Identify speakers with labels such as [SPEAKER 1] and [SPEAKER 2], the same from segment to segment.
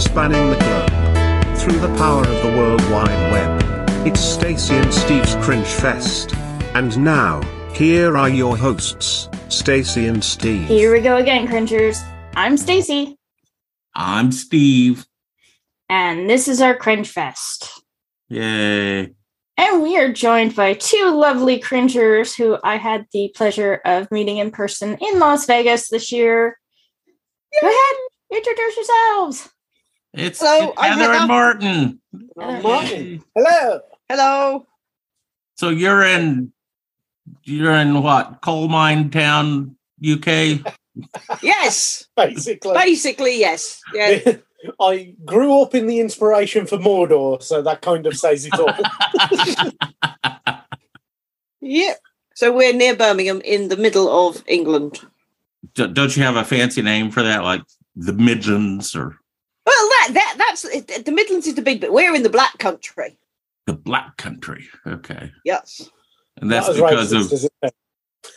[SPEAKER 1] spanning the globe. Through the power of the World Wide Web. It's Stacy and Steve's Cringe Fest. And now, here are your hosts, Stacy and Steve.
[SPEAKER 2] Here we go again, cringers. I'm Stacy,
[SPEAKER 3] I'm Steve.
[SPEAKER 2] and this is our cringe fest.
[SPEAKER 3] Yay.
[SPEAKER 2] And we are joined by two lovely cringers who I had the pleasure of meeting in person in Las Vegas this year. Go ahead, introduce yourselves.
[SPEAKER 3] It's
[SPEAKER 4] Hello,
[SPEAKER 3] it's
[SPEAKER 4] I'm
[SPEAKER 3] Heather
[SPEAKER 4] Heather.
[SPEAKER 3] and Martin.
[SPEAKER 2] Hello,
[SPEAKER 4] Martin. Hello. Hello.
[SPEAKER 3] So you're in you're in what? Coal mine town, UK?
[SPEAKER 4] Yes.
[SPEAKER 5] basically.
[SPEAKER 4] Basically, yes. Yeah.
[SPEAKER 5] I grew up in the inspiration for Mordor, so that kind of says it all.
[SPEAKER 4] Yep. So we're near Birmingham in the middle of England.
[SPEAKER 3] D- Don't you have a fancy name for that like the Midlands or
[SPEAKER 4] Well, that that that's the Midlands is the big bit. We're in the Black Country.
[SPEAKER 3] the Black Country? Okay.
[SPEAKER 4] Yes.
[SPEAKER 3] And that's
[SPEAKER 5] Not as
[SPEAKER 3] because
[SPEAKER 5] racist
[SPEAKER 3] of
[SPEAKER 5] as it-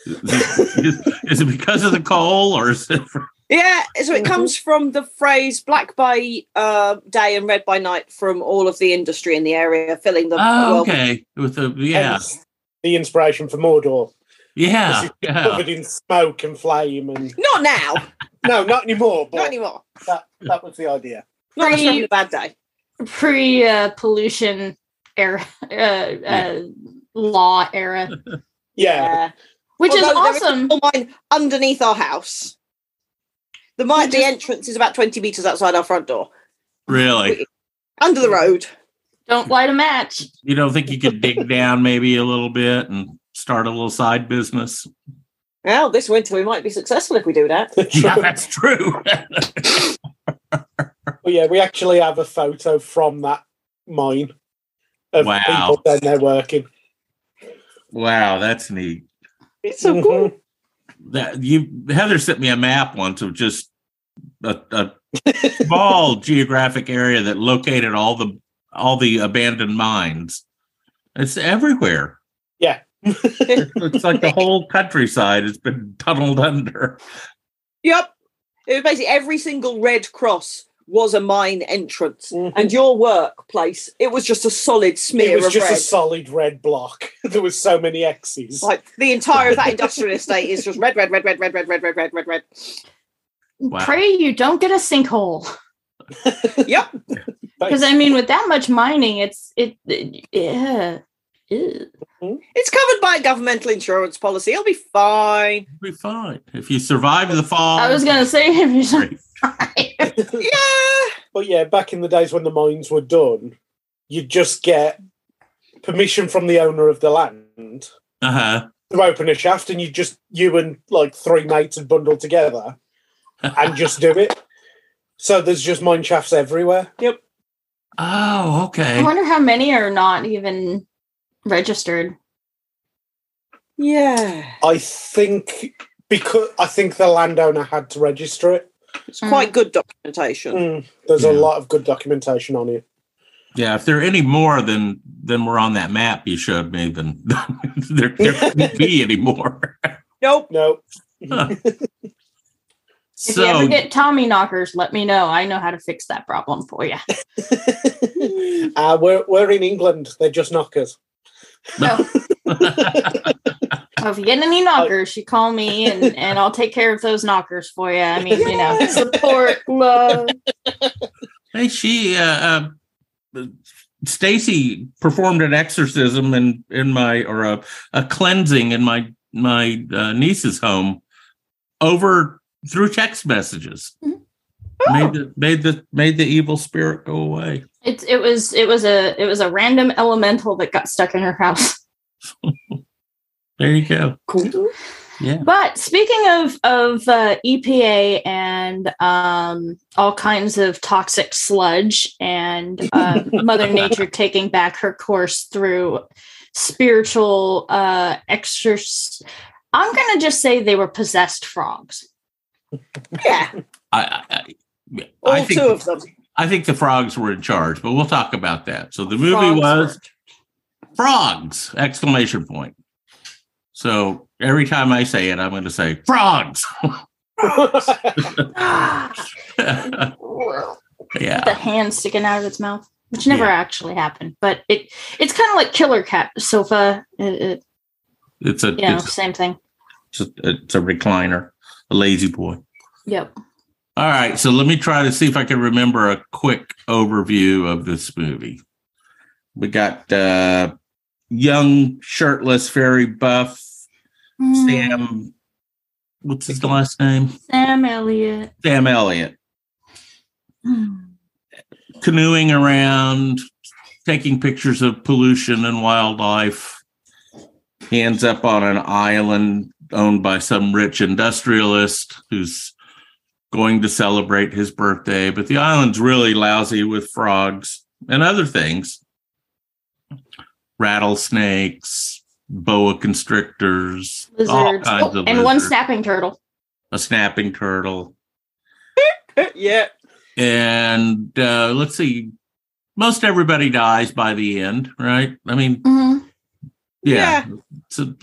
[SPEAKER 3] is, is it because of the coal or is it for,
[SPEAKER 4] Yeah. So it
[SPEAKER 5] Mhm.
[SPEAKER 4] comes from the phrase "black by uh, day and red by night" from all of the industry in the area, filling the
[SPEAKER 3] Oh,
[SPEAKER 4] well,
[SPEAKER 3] okay. With the yeah.
[SPEAKER 5] hence the inspiration for Mordor,
[SPEAKER 3] Yeah.
[SPEAKER 5] This is
[SPEAKER 3] Yeah.
[SPEAKER 5] covered in smoke and flame, and
[SPEAKER 4] Not now.
[SPEAKER 5] no, not anymore. But
[SPEAKER 4] Not anymore.
[SPEAKER 5] That, that was the idea.
[SPEAKER 4] Not unless
[SPEAKER 2] Pre-
[SPEAKER 4] you're having a bad day.
[SPEAKER 2] Pre uh, pollution era, uh, uh, law era,
[SPEAKER 5] Yeah,
[SPEAKER 2] which
[SPEAKER 4] Although there
[SPEAKER 2] is
[SPEAKER 4] is a
[SPEAKER 2] awesome.
[SPEAKER 4] coal mine underneath our house. The mine, the entrance is about twenty meters outside our front door,
[SPEAKER 3] Really.
[SPEAKER 4] under the road.
[SPEAKER 2] Don't light a match.
[SPEAKER 3] You don't think you could dig down maybe a little bit and start a little side business?
[SPEAKER 4] Well, this winter we might be successful if we do that.
[SPEAKER 3] Yeah, that's true.
[SPEAKER 5] But yeah, we actually have a photo from that mine of
[SPEAKER 3] Wow.
[SPEAKER 5] people down there working.
[SPEAKER 3] wow, that's neat.
[SPEAKER 4] It's so cool.
[SPEAKER 5] Mhm.
[SPEAKER 3] That you Heather sent me a map once of just a, a small geographic area that located all the all the abandoned mines. It's everywhere.
[SPEAKER 5] Yeah.
[SPEAKER 3] it's like the whole countryside has been tunneled under.
[SPEAKER 4] Yep. It was basically every single red cross was a mine entrance,
[SPEAKER 5] Mhm.
[SPEAKER 4] and your workplace it was just a solid
[SPEAKER 5] It
[SPEAKER 4] smear
[SPEAKER 5] was
[SPEAKER 4] of
[SPEAKER 5] just
[SPEAKER 4] red.
[SPEAKER 5] a solid red block. there was so many X's.
[SPEAKER 4] like the entire of that industrial estate is just red, red, red, red, red, red, red, red, red, red, red.
[SPEAKER 3] Wow.
[SPEAKER 2] Pray you don't get a sinkhole.
[SPEAKER 4] Yep.
[SPEAKER 2] Because I mean, with that much mining, it's it, it- yeah. Ew.
[SPEAKER 4] It's covered by a governmental insurance policy. It'll be fine.
[SPEAKER 3] It'll be fine. If you survive the fall.
[SPEAKER 2] I was gonna say if you're so-
[SPEAKER 4] Yeah.
[SPEAKER 5] But yeah, back in the days when the mines were done, you'd just get permission from the owner of the land
[SPEAKER 3] uh-huh.
[SPEAKER 5] to open a shaft, and you just you and like three mates would bundle together and just do it. So there's just mine shafts everywhere. Yep.
[SPEAKER 3] Oh, okay.
[SPEAKER 2] I wonder how many are not even registered.
[SPEAKER 4] Yeah.
[SPEAKER 5] I think because I think the landowner had to register it.
[SPEAKER 4] It's quite good documentation.
[SPEAKER 5] Mm, there's a
[SPEAKER 3] Yeah.
[SPEAKER 5] lot of good documentation on it.
[SPEAKER 3] Yeah, if there are any more than than were on that map you showed me, then there, there couldn't be any more.
[SPEAKER 4] Nope.
[SPEAKER 5] No.
[SPEAKER 2] If you ever
[SPEAKER 3] So
[SPEAKER 2] get Tommy knockers, let me know. I know how to fix that problem for you.
[SPEAKER 5] Uh, we're we're in England. They're just knockers.
[SPEAKER 2] So, so if you get any knockers, you call me and and I'll take care of those knockers for you. I mean, you know, support, love.
[SPEAKER 3] hey, she uh, uh Stacy performed an exorcism in in my or a, a cleansing in my my uh, niece's home over through text messages.
[SPEAKER 2] Mm-hmm. Oh.
[SPEAKER 3] Made the made the made the evil spirit go away.
[SPEAKER 2] It's it was it was a it was a random elemental that got stuck in her house.
[SPEAKER 3] There you go.
[SPEAKER 4] Cool.
[SPEAKER 2] But speaking of of uh, EPA and um, all kinds of toxic sludge and uh, Mother Nature taking back her course through spiritual uh, exorc I'm gonna just say they were possessed frogs.
[SPEAKER 4] Yeah.
[SPEAKER 3] I I, I,
[SPEAKER 4] All
[SPEAKER 3] I think
[SPEAKER 4] two of them.
[SPEAKER 3] I think the frogs were in charge, but we'll talk about that. So the
[SPEAKER 2] Frogs
[SPEAKER 3] movie was frogs exclamation point. So every time I say it, I'm going to say frogs.
[SPEAKER 2] were-
[SPEAKER 3] Yeah.
[SPEAKER 2] the hand sticking out of its mouth, which never actually happened. But it it's kind of like Killer Cat sofa. It, it,
[SPEAKER 3] It's a,
[SPEAKER 2] you know,
[SPEAKER 3] it's,
[SPEAKER 2] same thing.
[SPEAKER 3] just, it's a recliner, a lazy boy.
[SPEAKER 2] Yep.
[SPEAKER 3] All right, so let me try to see if I can remember a quick overview of this movie. We got uh, young, shirtless, very buff
[SPEAKER 2] Hmm.
[SPEAKER 3] Sam. What's his last name?
[SPEAKER 2] Mm, Sam Elliott. Mm.
[SPEAKER 3] Sam Elliott. Canoeing around, taking pictures of pollution and wildlife. He ends up on an island owned by some rich industrialist who's going to celebrate his birthday, but the island's really lousy with frogs and other things rattlesnakes, boa constrictors, all
[SPEAKER 2] Lizards.
[SPEAKER 3] kinds
[SPEAKER 2] Oh,
[SPEAKER 3] of
[SPEAKER 2] and one
[SPEAKER 3] lizards.
[SPEAKER 2] snapping turtle.
[SPEAKER 3] a snapping turtle.
[SPEAKER 4] yeah.
[SPEAKER 3] And uh, let's see, most everybody dies by the end, right? I mean,
[SPEAKER 2] Mhm.
[SPEAKER 3] yeah, So,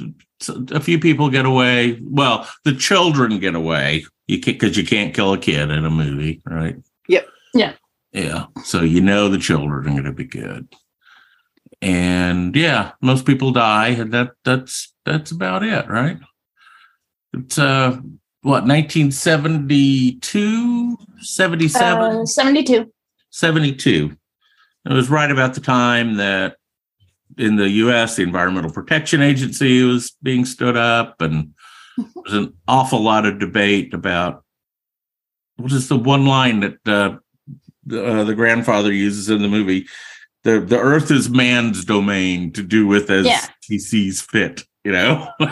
[SPEAKER 3] so a few people get away. Well, the children get away. You because you can't kill a kid in a movie, right?
[SPEAKER 4] Yep.
[SPEAKER 2] Yeah.
[SPEAKER 3] Yeah. So you know the children are going to be good. And yeah, most people die, and that that's that's about it, right? It's uh what 1972 77
[SPEAKER 2] Uh, 72.
[SPEAKER 3] 72. It was right about the time that in the US, the Environmental Protection Agency was being stood up, and there was an awful lot of debate about what is the one line that uh, the, uh, the grandfather uses in the movie the, the earth is man's domain to do with as
[SPEAKER 2] Yeah.
[SPEAKER 3] he sees fit, you know?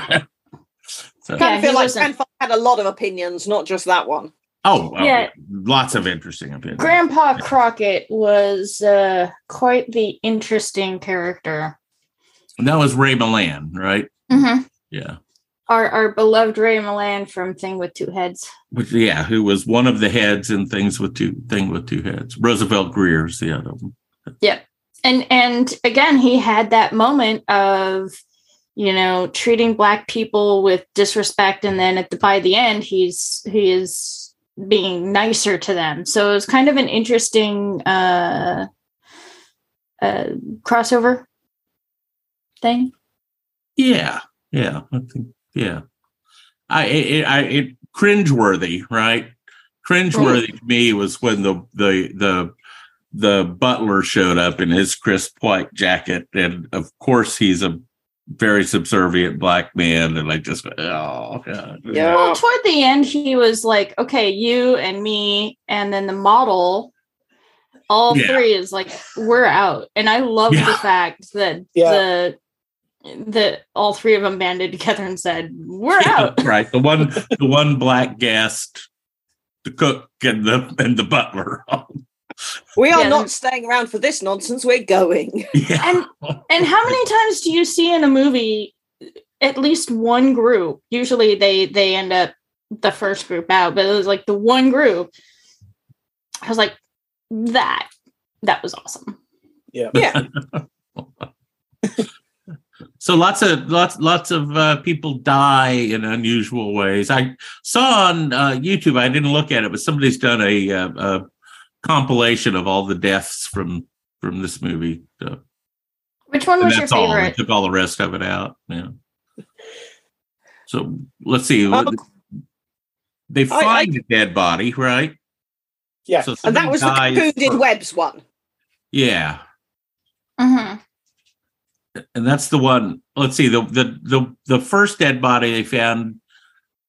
[SPEAKER 3] so,
[SPEAKER 4] Kind
[SPEAKER 2] Yeah,
[SPEAKER 4] of
[SPEAKER 2] he
[SPEAKER 4] feel like
[SPEAKER 2] wasn't-
[SPEAKER 4] Grandfather had a lot of opinions, not just that one.
[SPEAKER 3] oh, oh,
[SPEAKER 2] Yeah.
[SPEAKER 3] lots of interesting opinions.
[SPEAKER 2] Grandpa Crockett was uh, quite the interesting character.
[SPEAKER 3] And that was Ray Milan, right?
[SPEAKER 2] Mm-hmm.
[SPEAKER 3] Yeah.
[SPEAKER 2] our our beloved Ray Milan from Thing with Two Heads.
[SPEAKER 3] which yeah, who was one of the heads in things with two thing with two heads. Roosevelt Greer's the other one.
[SPEAKER 2] And and again, he had that moment of you know treating black people with disrespect, and then at the by the end, he's he is being nicer to them. So it was kind of an interesting uh, uh, crossover thing.
[SPEAKER 3] Yeah, yeah, I think yeah. I it, I it cringeworthy, right? Cringeworthy to me was when the the the the butler showed up in his crisp white jacket, and of course he's a very subservient black man, and I just went, oh god,
[SPEAKER 4] Yeah.
[SPEAKER 2] Well, toward the end, he was like, "Okay, you and me, and then the model, all
[SPEAKER 3] Yeah.
[SPEAKER 2] three is like, we're out." And I love the
[SPEAKER 3] Yeah.
[SPEAKER 2] fact that
[SPEAKER 5] Yeah.
[SPEAKER 2] the that all three of them banded together and said, "We're out."
[SPEAKER 3] right. The one the one black guest, the cook and the and the butler.
[SPEAKER 4] We are
[SPEAKER 2] Yeah.
[SPEAKER 4] not staying around for this nonsense. We're going.
[SPEAKER 3] yeah.
[SPEAKER 2] And and how many times do you see in a movie at least one group? Usually, they they end up the first group out, but it was like the one group. I was like, that that was awesome.
[SPEAKER 4] Yeah.
[SPEAKER 3] So lots of lots lots of uh, people die in unusual ways. I saw on uh, YouTube. I didn't look at it, but somebody's done a, uh a compilation of all the deaths from from this movie. Uh,
[SPEAKER 2] Which one
[SPEAKER 3] and
[SPEAKER 2] was your
[SPEAKER 3] that's all. They
[SPEAKER 2] favorite?
[SPEAKER 3] took all the rest of it out. Yeah. So let's see.
[SPEAKER 4] Oh.
[SPEAKER 3] They
[SPEAKER 4] I- I-
[SPEAKER 3] find a dead body, right?
[SPEAKER 5] Yeah.
[SPEAKER 3] So
[SPEAKER 4] And
[SPEAKER 3] somebody
[SPEAKER 4] that was the
[SPEAKER 3] dies
[SPEAKER 4] Cocooned in
[SPEAKER 3] first.
[SPEAKER 4] Webs one.
[SPEAKER 3] Yeah.
[SPEAKER 2] Mm-hmm.
[SPEAKER 3] and that's the one let's see the the the, the first dead body they found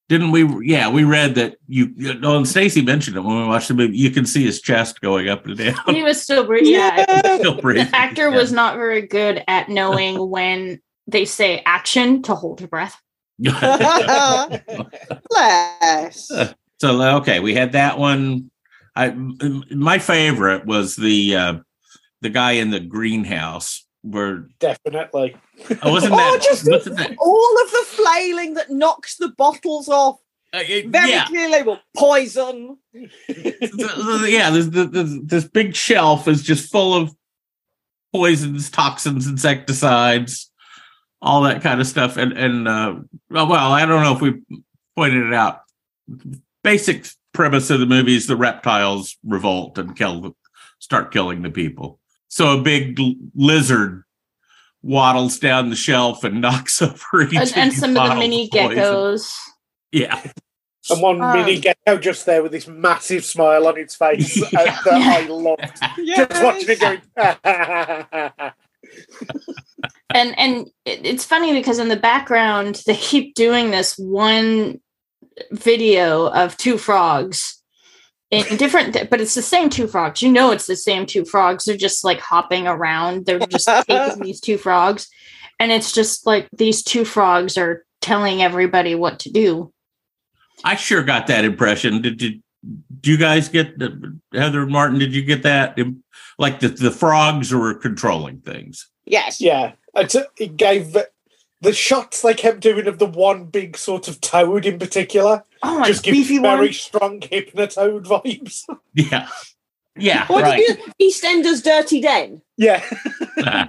[SPEAKER 3] didn't we yeah we read that you you know, and stacy mentioned it when we watched the movie you can see his chest going up and down
[SPEAKER 2] He was still breathing. Yeah.
[SPEAKER 3] Still breathing.
[SPEAKER 2] The actor was not very good at knowing when they say action to hold your breath.
[SPEAKER 4] Bless.
[SPEAKER 3] so okay we had that one i m- my favorite was the uh the guy in the greenhouse where
[SPEAKER 5] Definitely.
[SPEAKER 3] oh, wasn't
[SPEAKER 4] Oh,
[SPEAKER 3] that
[SPEAKER 4] just-
[SPEAKER 3] wasn't that
[SPEAKER 4] All of the flailing that knocks the bottles off.
[SPEAKER 3] uh, it-
[SPEAKER 4] Very
[SPEAKER 3] yeah
[SPEAKER 4] clear label. Poison.
[SPEAKER 3] yeah, this, this this big shelf is just full of poisons, toxins, insecticides, all that kind of stuff. And and uh, well, I don't know if we pointed it out. Basic premise of the movie is the reptiles revolt and kill start killing the people. So a big l- lizard waddles down the shelf and knocks over each
[SPEAKER 2] and, and
[SPEAKER 3] these
[SPEAKER 2] some of the
[SPEAKER 3] bottles
[SPEAKER 2] mini
[SPEAKER 3] poison.
[SPEAKER 2] geckos.
[SPEAKER 3] Yeah,
[SPEAKER 5] And one
[SPEAKER 2] Um,
[SPEAKER 5] mini gecko just there with this massive smile on its face uh,
[SPEAKER 3] Yeah.
[SPEAKER 5] that I loved. Just watching it going.
[SPEAKER 2] and and it, it's funny because in the background they keep doing this one video of two frogs in different but it's the same two frogs you know it's the same two frogs they're just like hopping around they're just taking these two frogs and it's just like these two frogs are telling everybody what to do
[SPEAKER 3] I sure got that impression. Did, did do you guys get the Heather and Martin? Did you get that? Im- Like the the frogs were controlling things.
[SPEAKER 4] Yes.
[SPEAKER 5] yeah, I t- it gave the shots they kept doing of the one big sort of toad in particular.
[SPEAKER 2] oh it's
[SPEAKER 5] just gives
[SPEAKER 2] beefy
[SPEAKER 5] very
[SPEAKER 2] one
[SPEAKER 5] strong hypnotoad vibes.
[SPEAKER 3] Yeah, yeah,
[SPEAKER 4] What
[SPEAKER 3] right.
[SPEAKER 4] did you EastEnders Dirty Den?
[SPEAKER 5] yeah,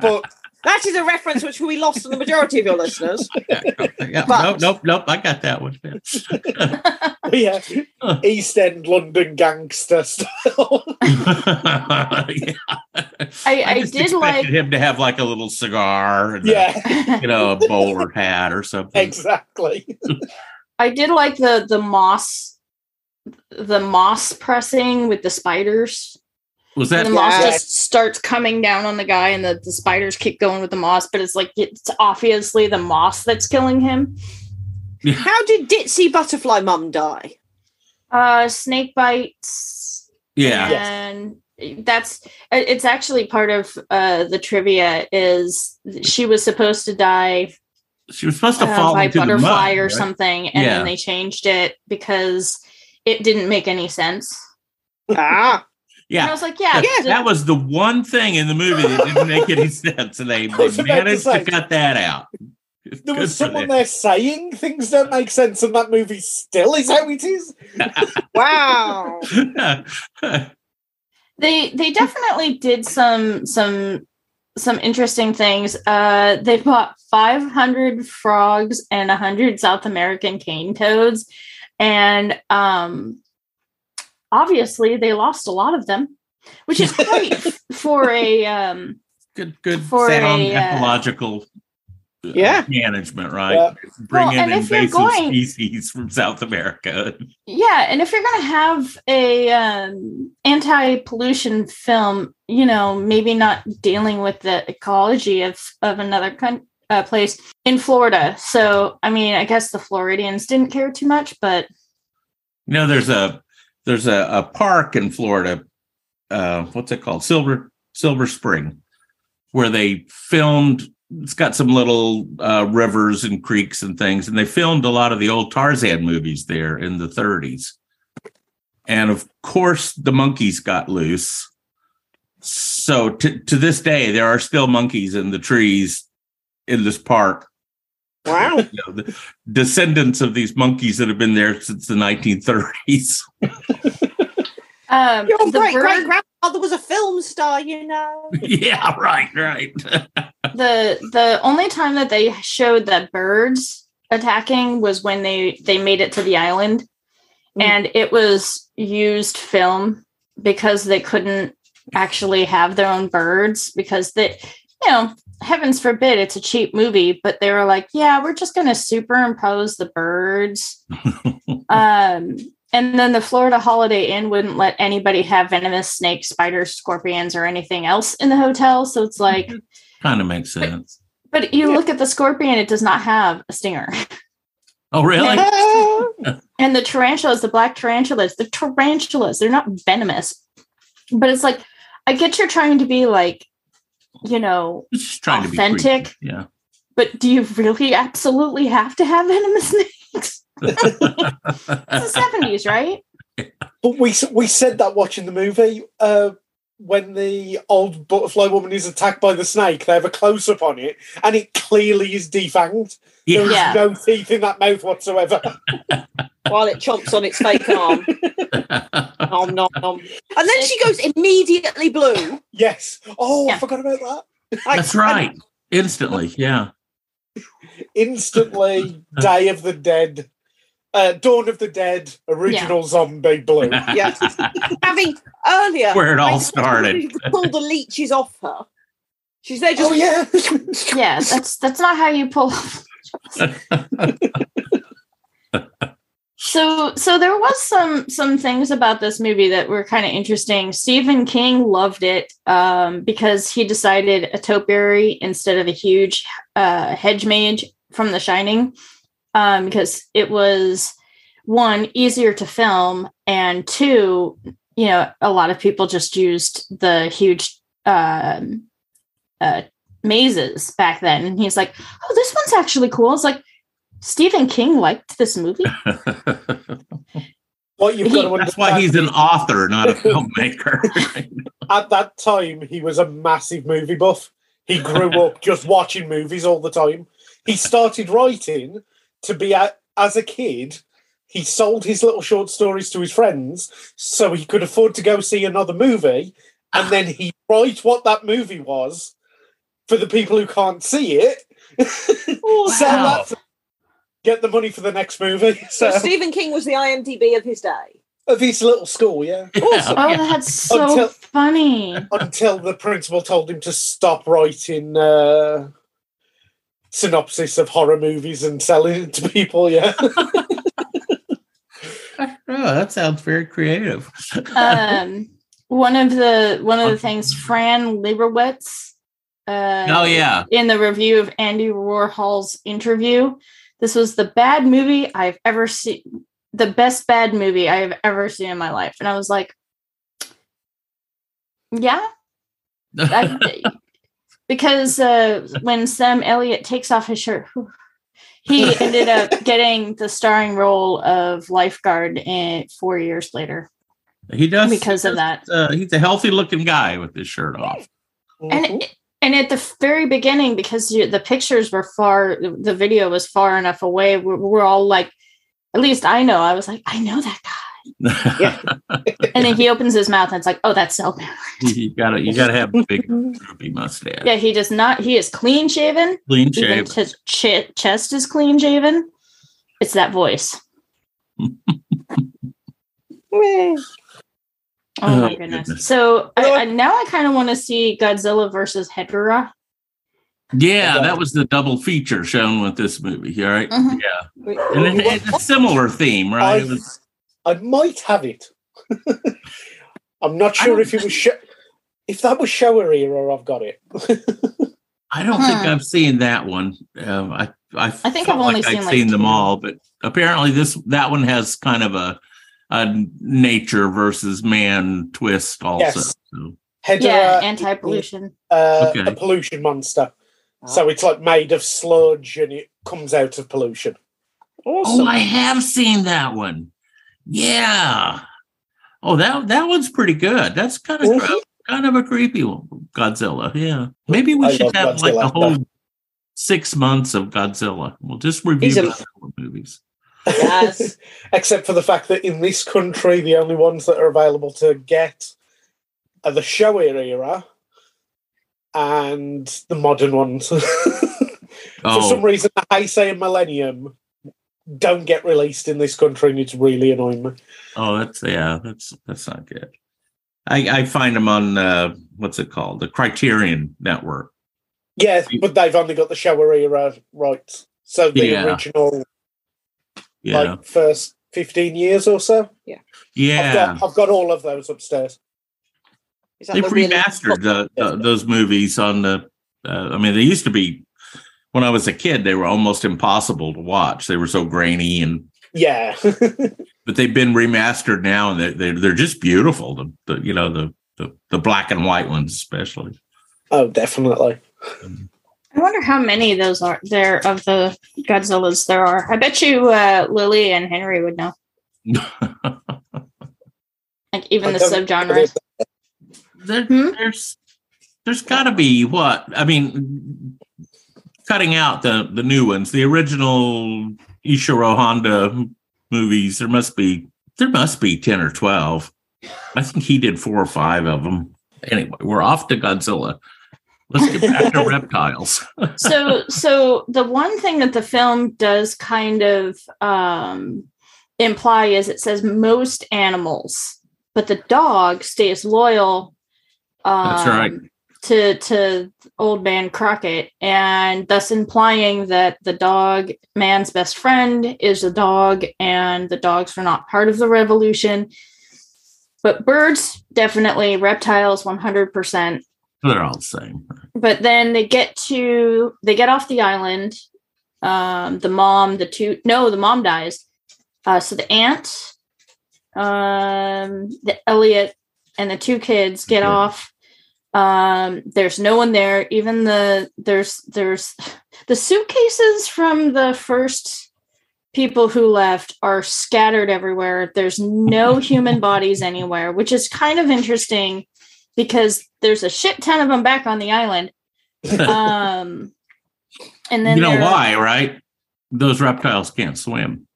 [SPEAKER 5] but
[SPEAKER 4] That is a reference which we lost to the majority of your listeners.
[SPEAKER 3] yeah, nope,
[SPEAKER 4] But-
[SPEAKER 3] nope, nope. I got that one.
[SPEAKER 5] yeah, East End London gangster style.
[SPEAKER 3] Yeah.
[SPEAKER 2] I- I
[SPEAKER 3] just
[SPEAKER 2] did
[SPEAKER 3] expected
[SPEAKER 2] like-
[SPEAKER 3] him to have like a little cigar and a-
[SPEAKER 5] yeah,
[SPEAKER 3] you know, a bowler hat or something.
[SPEAKER 5] exactly.
[SPEAKER 2] i did like the the moss the moss pressing with the spiders
[SPEAKER 3] Was
[SPEAKER 2] And
[SPEAKER 3] that
[SPEAKER 2] the moss
[SPEAKER 4] Yeah.
[SPEAKER 2] just starts coming down on the guy, and the, the spiders keep going with the moss, but it's like it's obviously the moss that's killing him.
[SPEAKER 4] How did Ditzy Butterfly Mum die?
[SPEAKER 2] Uh, snake bites,
[SPEAKER 3] yeah.
[SPEAKER 2] and that's it- it's actually part of uh the trivia is she was supposed to die
[SPEAKER 3] She was supposed to
[SPEAKER 2] uh,
[SPEAKER 3] fall
[SPEAKER 2] by
[SPEAKER 3] into
[SPEAKER 2] butterfly
[SPEAKER 3] the mud,
[SPEAKER 2] or
[SPEAKER 3] right?
[SPEAKER 2] something, and
[SPEAKER 3] Yeah.
[SPEAKER 2] then they changed it because it didn't make any sense.
[SPEAKER 4] Ah,
[SPEAKER 2] And I
[SPEAKER 3] Yeah.
[SPEAKER 2] was like, yeah,
[SPEAKER 3] That-
[SPEAKER 2] the-
[SPEAKER 3] that was the one thing in the movie that didn't make any sense, and they,
[SPEAKER 5] was
[SPEAKER 3] they
[SPEAKER 5] about to
[SPEAKER 3] managed to,
[SPEAKER 5] say.
[SPEAKER 3] cut that out.
[SPEAKER 5] There
[SPEAKER 3] Good
[SPEAKER 5] was
[SPEAKER 3] for
[SPEAKER 5] someone
[SPEAKER 3] them.
[SPEAKER 5] there saying things don't make sense, and that movie still is how it is.
[SPEAKER 4] wow.
[SPEAKER 2] they they definitely did some some some interesting things uh they bought 500 frogs and 100 south american cane toads and um obviously they lost a lot of them which is great for a um
[SPEAKER 3] good, good
[SPEAKER 2] For
[SPEAKER 3] sound
[SPEAKER 2] a, uh,
[SPEAKER 3] ecological uh,
[SPEAKER 4] Yeah.
[SPEAKER 3] management, right?
[SPEAKER 5] Yeah.
[SPEAKER 3] Bring
[SPEAKER 2] Well,
[SPEAKER 3] in
[SPEAKER 2] and if you're
[SPEAKER 3] invasive
[SPEAKER 2] going-
[SPEAKER 3] species from South America.
[SPEAKER 2] yeah and if you're gonna have a um anti-pollution film you know maybe not dealing with the ecology of of another con- uh, place in florida so i mean i guess the floridians didn't care too much but
[SPEAKER 3] You know, there's a there's a, a park in Florida. Uh, what's it called? Silver Silver Spring, where they filmed. It's got some little uh, rivers and creeks and things, and they filmed a lot of the old Tarzan movies there in the 30s. And of course, the monkeys got loose. So to to this day, there are still monkeys in the trees in this park
[SPEAKER 4] Wow.
[SPEAKER 3] you know, the descendants of these monkeys that have been there since the 1930s.
[SPEAKER 2] um
[SPEAKER 4] Your
[SPEAKER 2] the,
[SPEAKER 4] great great
[SPEAKER 2] bird,
[SPEAKER 4] grandfather was a film star, you know.
[SPEAKER 3] yeah, right, right.
[SPEAKER 2] the the only time that they showed the birds attacking was when they they made it to the island
[SPEAKER 4] Mm.
[SPEAKER 2] and it was used film because they couldn't actually have their own birds because they you know heavens forbid it's a cheap movie but they were like yeah we're just going to superimpose the birds um and then the Florida Holiday Inn wouldn't let anybody have venomous snakes, spiders, scorpions, or anything else in the hotel. So it's like,
[SPEAKER 3] kind of makes sense.
[SPEAKER 2] but you
[SPEAKER 4] Yeah.
[SPEAKER 2] look at the scorpion, it does not have a stinger.
[SPEAKER 3] Oh, really?
[SPEAKER 2] Yeah.
[SPEAKER 4] Ah.
[SPEAKER 2] And the tarantulas, the black tarantulas, the tarantulas, they're not venomous. But it's like, I get you're trying to be like, you know,
[SPEAKER 3] It's just trying to be
[SPEAKER 2] Authentic.
[SPEAKER 3] creepy. Yeah.
[SPEAKER 2] but do you really absolutely have to have venomous snakes? It's the 70s, right?
[SPEAKER 5] But we s- we said that watching the movie uh, when the old butterfly woman is attacked by the snake. They have a close up on it, and it clearly is defanged. There is
[SPEAKER 2] Yeah.
[SPEAKER 3] yeah.
[SPEAKER 5] no teeth in that mouth whatsoever.
[SPEAKER 4] While it chomps on its fake arm. Nom, nom, nom. And then she goes immediately blue.
[SPEAKER 5] yes. Oh, I
[SPEAKER 2] Yeah.
[SPEAKER 5] forgot about that.
[SPEAKER 4] Like,
[SPEAKER 3] That's right. Instantly. Yeah.
[SPEAKER 5] Instantly, Day of the Dead. uh, Dawn of the Dead original zombie blue.
[SPEAKER 4] Yes. Having earlier
[SPEAKER 3] Where it all
[SPEAKER 4] when
[SPEAKER 3] started.
[SPEAKER 4] they Pull the leeches off her. She's there just
[SPEAKER 5] oh yeah,
[SPEAKER 2] Yeah, that's that's not how you pull. off- so so there was some some things about this movie that were kind of interesting. Stephen King loved it um, because he decided a topiary instead of a huge uh, hedge mage from The Shining um, because it was one easier to film and two, you know, a lot of people just used the huge. Um, uh, mazes back then. And he's like, oh, this one's actually cool. It's like, Stephen King liked this movie.
[SPEAKER 3] Oh,
[SPEAKER 5] what you've got to understand.
[SPEAKER 3] That's why he's an author, not a filmmaker.
[SPEAKER 5] at that time he was a massive movie buff. He grew up just watching movies all the time. He started writing to be a, as a kid. He sold his little short stories to his friends so he could afford to go see another movie, and then he write what that movie was for the people who can't see it. Sell that to- get the money for the next movie.
[SPEAKER 4] so
[SPEAKER 5] So
[SPEAKER 4] Stephen King was the IMDb of his day.
[SPEAKER 5] of his little school, yeah.
[SPEAKER 3] Yeah.
[SPEAKER 2] Oh, that's so
[SPEAKER 5] Until-
[SPEAKER 2] funny.
[SPEAKER 5] until the principal told him to stop writing uh, synopsis of horror movies and selling it to people. Yeah,
[SPEAKER 3] oh, that sounds very creative.
[SPEAKER 2] Um, one of the one of the things Fran Lieberwitz. Uh,
[SPEAKER 3] oh yeah.
[SPEAKER 2] in the review of Andy Warhol's interview. This was the bad movie I've ever seen, the best bad movie I have ever seen in my life. And I was like, yeah. I- because uh, when Sam Elliott takes off his shirt, he ended up getting the starring role of lifeguard in, four years later
[SPEAKER 3] He does
[SPEAKER 2] because of that.
[SPEAKER 3] Uh, he's a healthy-looking guy with his shirt off.
[SPEAKER 2] and and at the very beginning because you, the pictures were far the video was far enough away we're, we're all like at least i know i was like i know that guy and then he opens his mouth and it's like oh that's so bad
[SPEAKER 3] you gotta, you gotta have a big droopy mustache,
[SPEAKER 2] yeah he does not he is clean shaven
[SPEAKER 3] clean
[SPEAKER 2] even
[SPEAKER 3] shaven.
[SPEAKER 2] his ch- chest is clean shaven it's that voice oh my
[SPEAKER 3] Oh,
[SPEAKER 2] goodness.
[SPEAKER 3] goodness.
[SPEAKER 2] so I, I, now i kind of want to see godzilla versus hedorah
[SPEAKER 3] Yeah, that was the double feature shown with this movie. All right?
[SPEAKER 2] Mhm.
[SPEAKER 3] yeah, and it, it's a similar theme,
[SPEAKER 5] I,
[SPEAKER 3] right? It was-
[SPEAKER 5] I might have it. I'm not
[SPEAKER 3] I
[SPEAKER 5] sure
[SPEAKER 3] don't
[SPEAKER 5] if it was sho if that was shower era. I've got it.
[SPEAKER 3] I don't think
[SPEAKER 2] Hmm.
[SPEAKER 3] I've seen that one. Um, I, I,
[SPEAKER 2] I think
[SPEAKER 3] felt
[SPEAKER 2] I've only
[SPEAKER 3] like
[SPEAKER 2] seen,
[SPEAKER 3] I'd
[SPEAKER 2] like,
[SPEAKER 3] seen them
[SPEAKER 2] two.
[SPEAKER 3] all, but apparently this that one has kind of a a nature versus man twist also.
[SPEAKER 5] Yes.
[SPEAKER 3] So,
[SPEAKER 5] Hedera
[SPEAKER 2] yeah
[SPEAKER 5] is
[SPEAKER 2] anti-pollution Ah.
[SPEAKER 5] uh,
[SPEAKER 3] Okay.
[SPEAKER 5] a pollution monster. So it's like made of sludge and it comes out of pollution.
[SPEAKER 3] oh, I have seen that one. Yeah. Oh, that that one's pretty good. That's kind of
[SPEAKER 5] Mhm.
[SPEAKER 3] kind of a creepy one, Godzilla. Yeah. Maybe we
[SPEAKER 5] I
[SPEAKER 3] should
[SPEAKER 5] love
[SPEAKER 3] have like a
[SPEAKER 5] Godzilla.
[SPEAKER 3] whole six months of Godzilla. We'll just review
[SPEAKER 4] He's a-
[SPEAKER 3] Godzilla movies.
[SPEAKER 4] Yes.
[SPEAKER 5] except for the fact that in this country, the only ones that are available to get are the Showa era and the modern ones. For some
[SPEAKER 3] Oh,
[SPEAKER 5] reason, the Heisei and Millennium don't get released in this country, and it's really annoying me.
[SPEAKER 3] oh, that's yeah, that's that's not good. I, I find them on uh, what's it called, the Criterion Network.
[SPEAKER 5] Yeah, but they've only got the Showa era rights. So the
[SPEAKER 3] Yeah.
[SPEAKER 5] original,
[SPEAKER 3] Yeah,
[SPEAKER 5] like, first 15 years or so. I've,
[SPEAKER 3] yeah.
[SPEAKER 5] got, I've got all of those upstairs.
[SPEAKER 4] Is that
[SPEAKER 3] They've
[SPEAKER 4] the really-
[SPEAKER 3] remastered the, the, those movies on the. Uh, I mean, they used to be when I was a kid. They were almost impossible to watch. They were so grainy, and
[SPEAKER 5] Yeah.
[SPEAKER 3] but they've been remastered now, and they're they're, they're just beautiful. The, the you know the, the the black and white ones especially.
[SPEAKER 5] oh, definitely.
[SPEAKER 2] I wonder how many of those are there of the Godzillas there are. I bet you uh, Lily and Henry would know. Like even the subgenres.
[SPEAKER 3] There,
[SPEAKER 2] Hmm?
[SPEAKER 3] There's there's got to be what I mean. Cutting out the the new ones, the original Ishiro Honda movies. There must be there must be ten or twelve. I think he did four or five of them. Anyway, we're off to Godzilla. Let's get back to reptiles.
[SPEAKER 2] So so the one thing that the film does kind of um imply is it says most animals, but the dog stays loyal. Um,
[SPEAKER 3] That's right.
[SPEAKER 2] To to old man Crockett, and thus implying that the dog man's best friend is the dog, and the dogs were not part of the revolution. But birds definitely, reptiles one hundred percent
[SPEAKER 3] They're all the same.
[SPEAKER 2] but then they get to they get off the island um the mom the two no the mom dies uh so the aunt um the elliot and the two kids get
[SPEAKER 3] Yeah.
[SPEAKER 2] off um there's no one there even the there's there's the suitcases from the first people who left are scattered everywhere there's no human bodies anywhere which is kind of interesting because there's a shit ton of them back on the island. Um, and then
[SPEAKER 3] you know
[SPEAKER 2] there-
[SPEAKER 3] why, right? Those reptiles can't swim.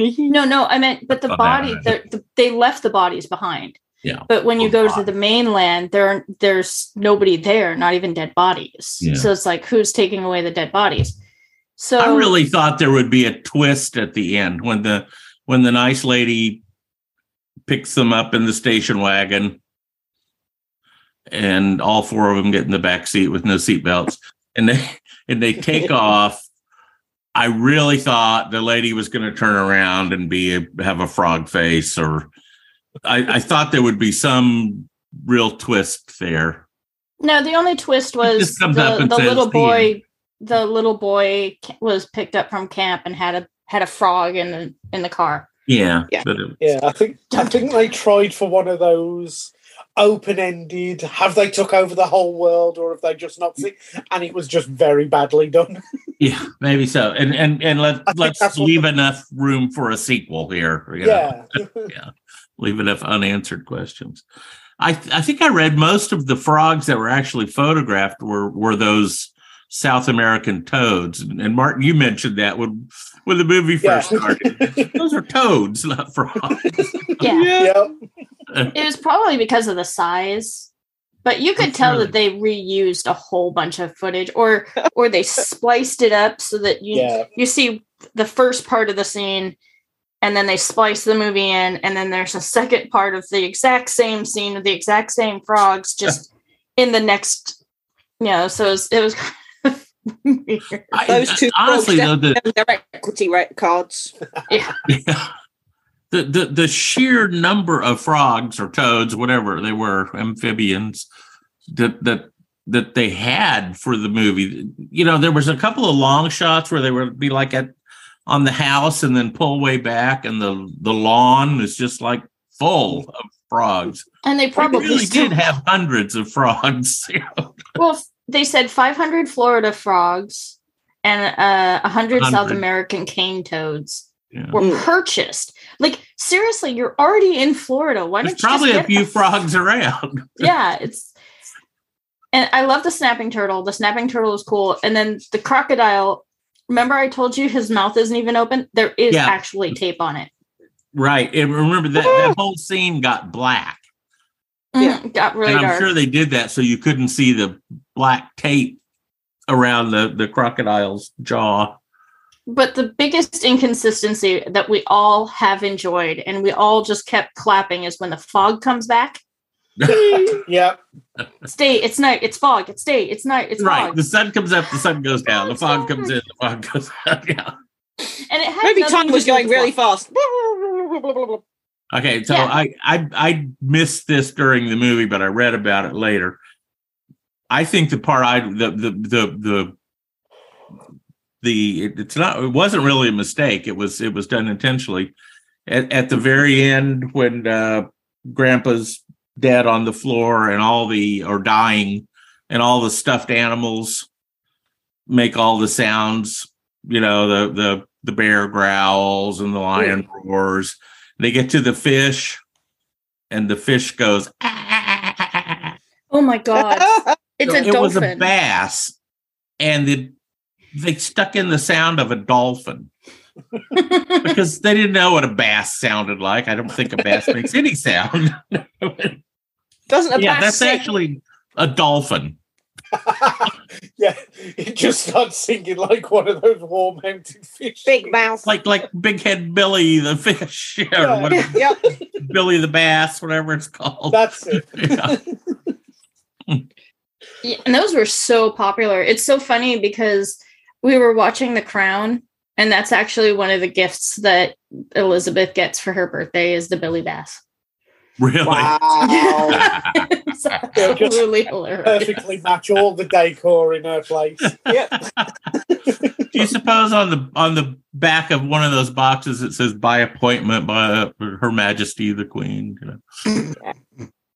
[SPEAKER 2] No, no, I meant, but the
[SPEAKER 3] Oh, that
[SPEAKER 2] body,
[SPEAKER 3] island.
[SPEAKER 2] the, the, they left the bodies behind.
[SPEAKER 3] Yeah.
[SPEAKER 2] But when you
[SPEAKER 3] Oh,
[SPEAKER 2] go to
[SPEAKER 3] God.
[SPEAKER 2] the mainland, there are- there's nobody there, not even dead bodies.
[SPEAKER 3] Yeah.
[SPEAKER 2] So it's like, who's taking away the dead bodies? So
[SPEAKER 3] I really thought there would be a twist at the end when the when the nice lady picks them up in the station wagon, and all four of them get in the back seat with no seatbelts, and they and they take off. I really thought the lady was going to turn around and be a, have a frog face, or I, I thought there would be some real twist there.
[SPEAKER 2] No, the only twist was
[SPEAKER 3] just comes up
[SPEAKER 2] the,
[SPEAKER 3] and
[SPEAKER 2] the
[SPEAKER 3] says,
[SPEAKER 2] little
[SPEAKER 3] "The
[SPEAKER 2] boy. The little boy ca- was picked up from camp and had a had a frog in the in the car.
[SPEAKER 3] Yeah,
[SPEAKER 4] Yeah.
[SPEAKER 3] But it-
[SPEAKER 5] Yeah, I think I think they tried for one of those open-ended. Have they took over the whole world, or have they just not seen? And it was just very badly done.
[SPEAKER 3] Yeah, maybe so. And and and
[SPEAKER 5] I
[SPEAKER 3] let
[SPEAKER 5] think
[SPEAKER 3] let's
[SPEAKER 5] that's what
[SPEAKER 3] leave
[SPEAKER 5] the-
[SPEAKER 3] enough room for a sequel here. you know,
[SPEAKER 5] Yeah,
[SPEAKER 3] leave enough unanswered questions. I th- I think I read most of the frogs that were actually photographed were were those South American toads. And, and Martin, you mentioned that when when the movie
[SPEAKER 5] Yeah.
[SPEAKER 3] first started. those are toads, not frogs.
[SPEAKER 2] Yeah,
[SPEAKER 5] yeah.
[SPEAKER 2] it was probably because of the size, but you could
[SPEAKER 3] That's
[SPEAKER 2] tell
[SPEAKER 3] really-
[SPEAKER 2] that they reused a whole bunch of footage, or or they spliced it up so that you
[SPEAKER 5] Yeah.
[SPEAKER 2] you see the first part of the scene, and then they splice the movie in, and then there's a second part of the exact same scene with the exact same frogs, just in the next, you know. So it was, it was kind of weird.
[SPEAKER 3] I-
[SPEAKER 4] Those two
[SPEAKER 3] honestly though
[SPEAKER 4] frogs
[SPEAKER 3] the
[SPEAKER 4] And their equity rate cards.
[SPEAKER 3] Yeah. The, the the sheer number of frogs or toads, whatever they were, amphibians that that that they had for the movie. You know, there was a couple of long shots where they would be like at on the house and then pull way back, and the the lawn is just like full of frogs.
[SPEAKER 2] and they
[SPEAKER 3] They
[SPEAKER 2] probably
[SPEAKER 3] really
[SPEAKER 2] still
[SPEAKER 3] did have hundreds of frogs. you know.
[SPEAKER 2] Well, f- they said 500 Florida frogs and uh, 100 South
[SPEAKER 3] 100.
[SPEAKER 2] American cane toads
[SPEAKER 3] Yeah.
[SPEAKER 2] were
[SPEAKER 4] Mm.
[SPEAKER 2] purchased. Like, seriously, you're already in Florida. Why
[SPEAKER 3] There's
[SPEAKER 2] don't you
[SPEAKER 3] probably
[SPEAKER 2] just
[SPEAKER 3] a
[SPEAKER 2] get
[SPEAKER 3] few
[SPEAKER 2] them?
[SPEAKER 3] frogs around.
[SPEAKER 2] Yeah, it's. And I love the snapping turtle. The snapping turtle is cool. And then the crocodile. Remember, I told you his mouth isn't even open? There is
[SPEAKER 3] Yeah.
[SPEAKER 2] actually tape on it.
[SPEAKER 3] Right. And remember that, that whole scene got black.
[SPEAKER 4] Yeah.
[SPEAKER 2] Mm, Got really
[SPEAKER 3] and I'm
[SPEAKER 2] dark.
[SPEAKER 3] sure they did that so you couldn't see the black tape around the, the crocodile's jaw.
[SPEAKER 2] But the biggest inconsistency that we all have enjoyed and we all just kept clapping is when the fog comes back.
[SPEAKER 5] yeah.
[SPEAKER 2] It's day, it's night, it's fog, it's day, it's night, it's
[SPEAKER 3] right.
[SPEAKER 2] fog.
[SPEAKER 3] The sun comes up, the sun goes down, the
[SPEAKER 2] Fog's
[SPEAKER 3] fog
[SPEAKER 2] over.
[SPEAKER 3] comes in, the fog goes out. Yeah.
[SPEAKER 2] And it had
[SPEAKER 4] Maybe
[SPEAKER 2] nothing
[SPEAKER 4] time
[SPEAKER 2] to
[SPEAKER 4] was
[SPEAKER 2] do with
[SPEAKER 4] going
[SPEAKER 2] the
[SPEAKER 4] really
[SPEAKER 2] fog.
[SPEAKER 4] fast.
[SPEAKER 3] Okay, so
[SPEAKER 2] Yeah.
[SPEAKER 3] I, I I missed this during the movie, but I read about it later. I think the part I the the the the the it's not it wasn't really a mistake. It was it was done intentionally. At at the very end when uh grandpa's dead on the floor and all the or dying and all the stuffed animals make all the sounds, you know, the the the bear growls and the lion roars they get to the fish and the fish goes "Ah."
[SPEAKER 2] Oh my god. It's a
[SPEAKER 3] it was a
[SPEAKER 2] dolphin.
[SPEAKER 3] bass and it, they stuck in the sound of a dolphin because they didn't know what a bass sounded like i don't think a bass makes any sound
[SPEAKER 4] Doesn't a
[SPEAKER 3] yeah
[SPEAKER 4] bass
[SPEAKER 3] that's
[SPEAKER 4] sing?
[SPEAKER 3] actually a dolphin
[SPEAKER 5] yeah, he just starts singing like one of those warm mounted fish.
[SPEAKER 4] Big mouth.
[SPEAKER 3] like like Big Head Billy the fish or
[SPEAKER 5] Yeah.
[SPEAKER 3] whatever,
[SPEAKER 4] yep.
[SPEAKER 3] Billy the bass, whatever it's called.
[SPEAKER 5] That's it.
[SPEAKER 3] Yeah.
[SPEAKER 2] Yeah, and those were so popular. It's so funny because we were watching The Crown, and that's actually one of the gifts that Elizabeth gets for her birthday is the Billy Bass.
[SPEAKER 3] Really?
[SPEAKER 5] Wow.
[SPEAKER 2] It's
[SPEAKER 5] They'll just
[SPEAKER 2] absolutely hilarious.
[SPEAKER 5] perfectly match all the decor in her place. Yep.
[SPEAKER 3] Do you suppose on the on the back of one of those boxes it says by appointment by uh, Her Majesty the Queen? You know?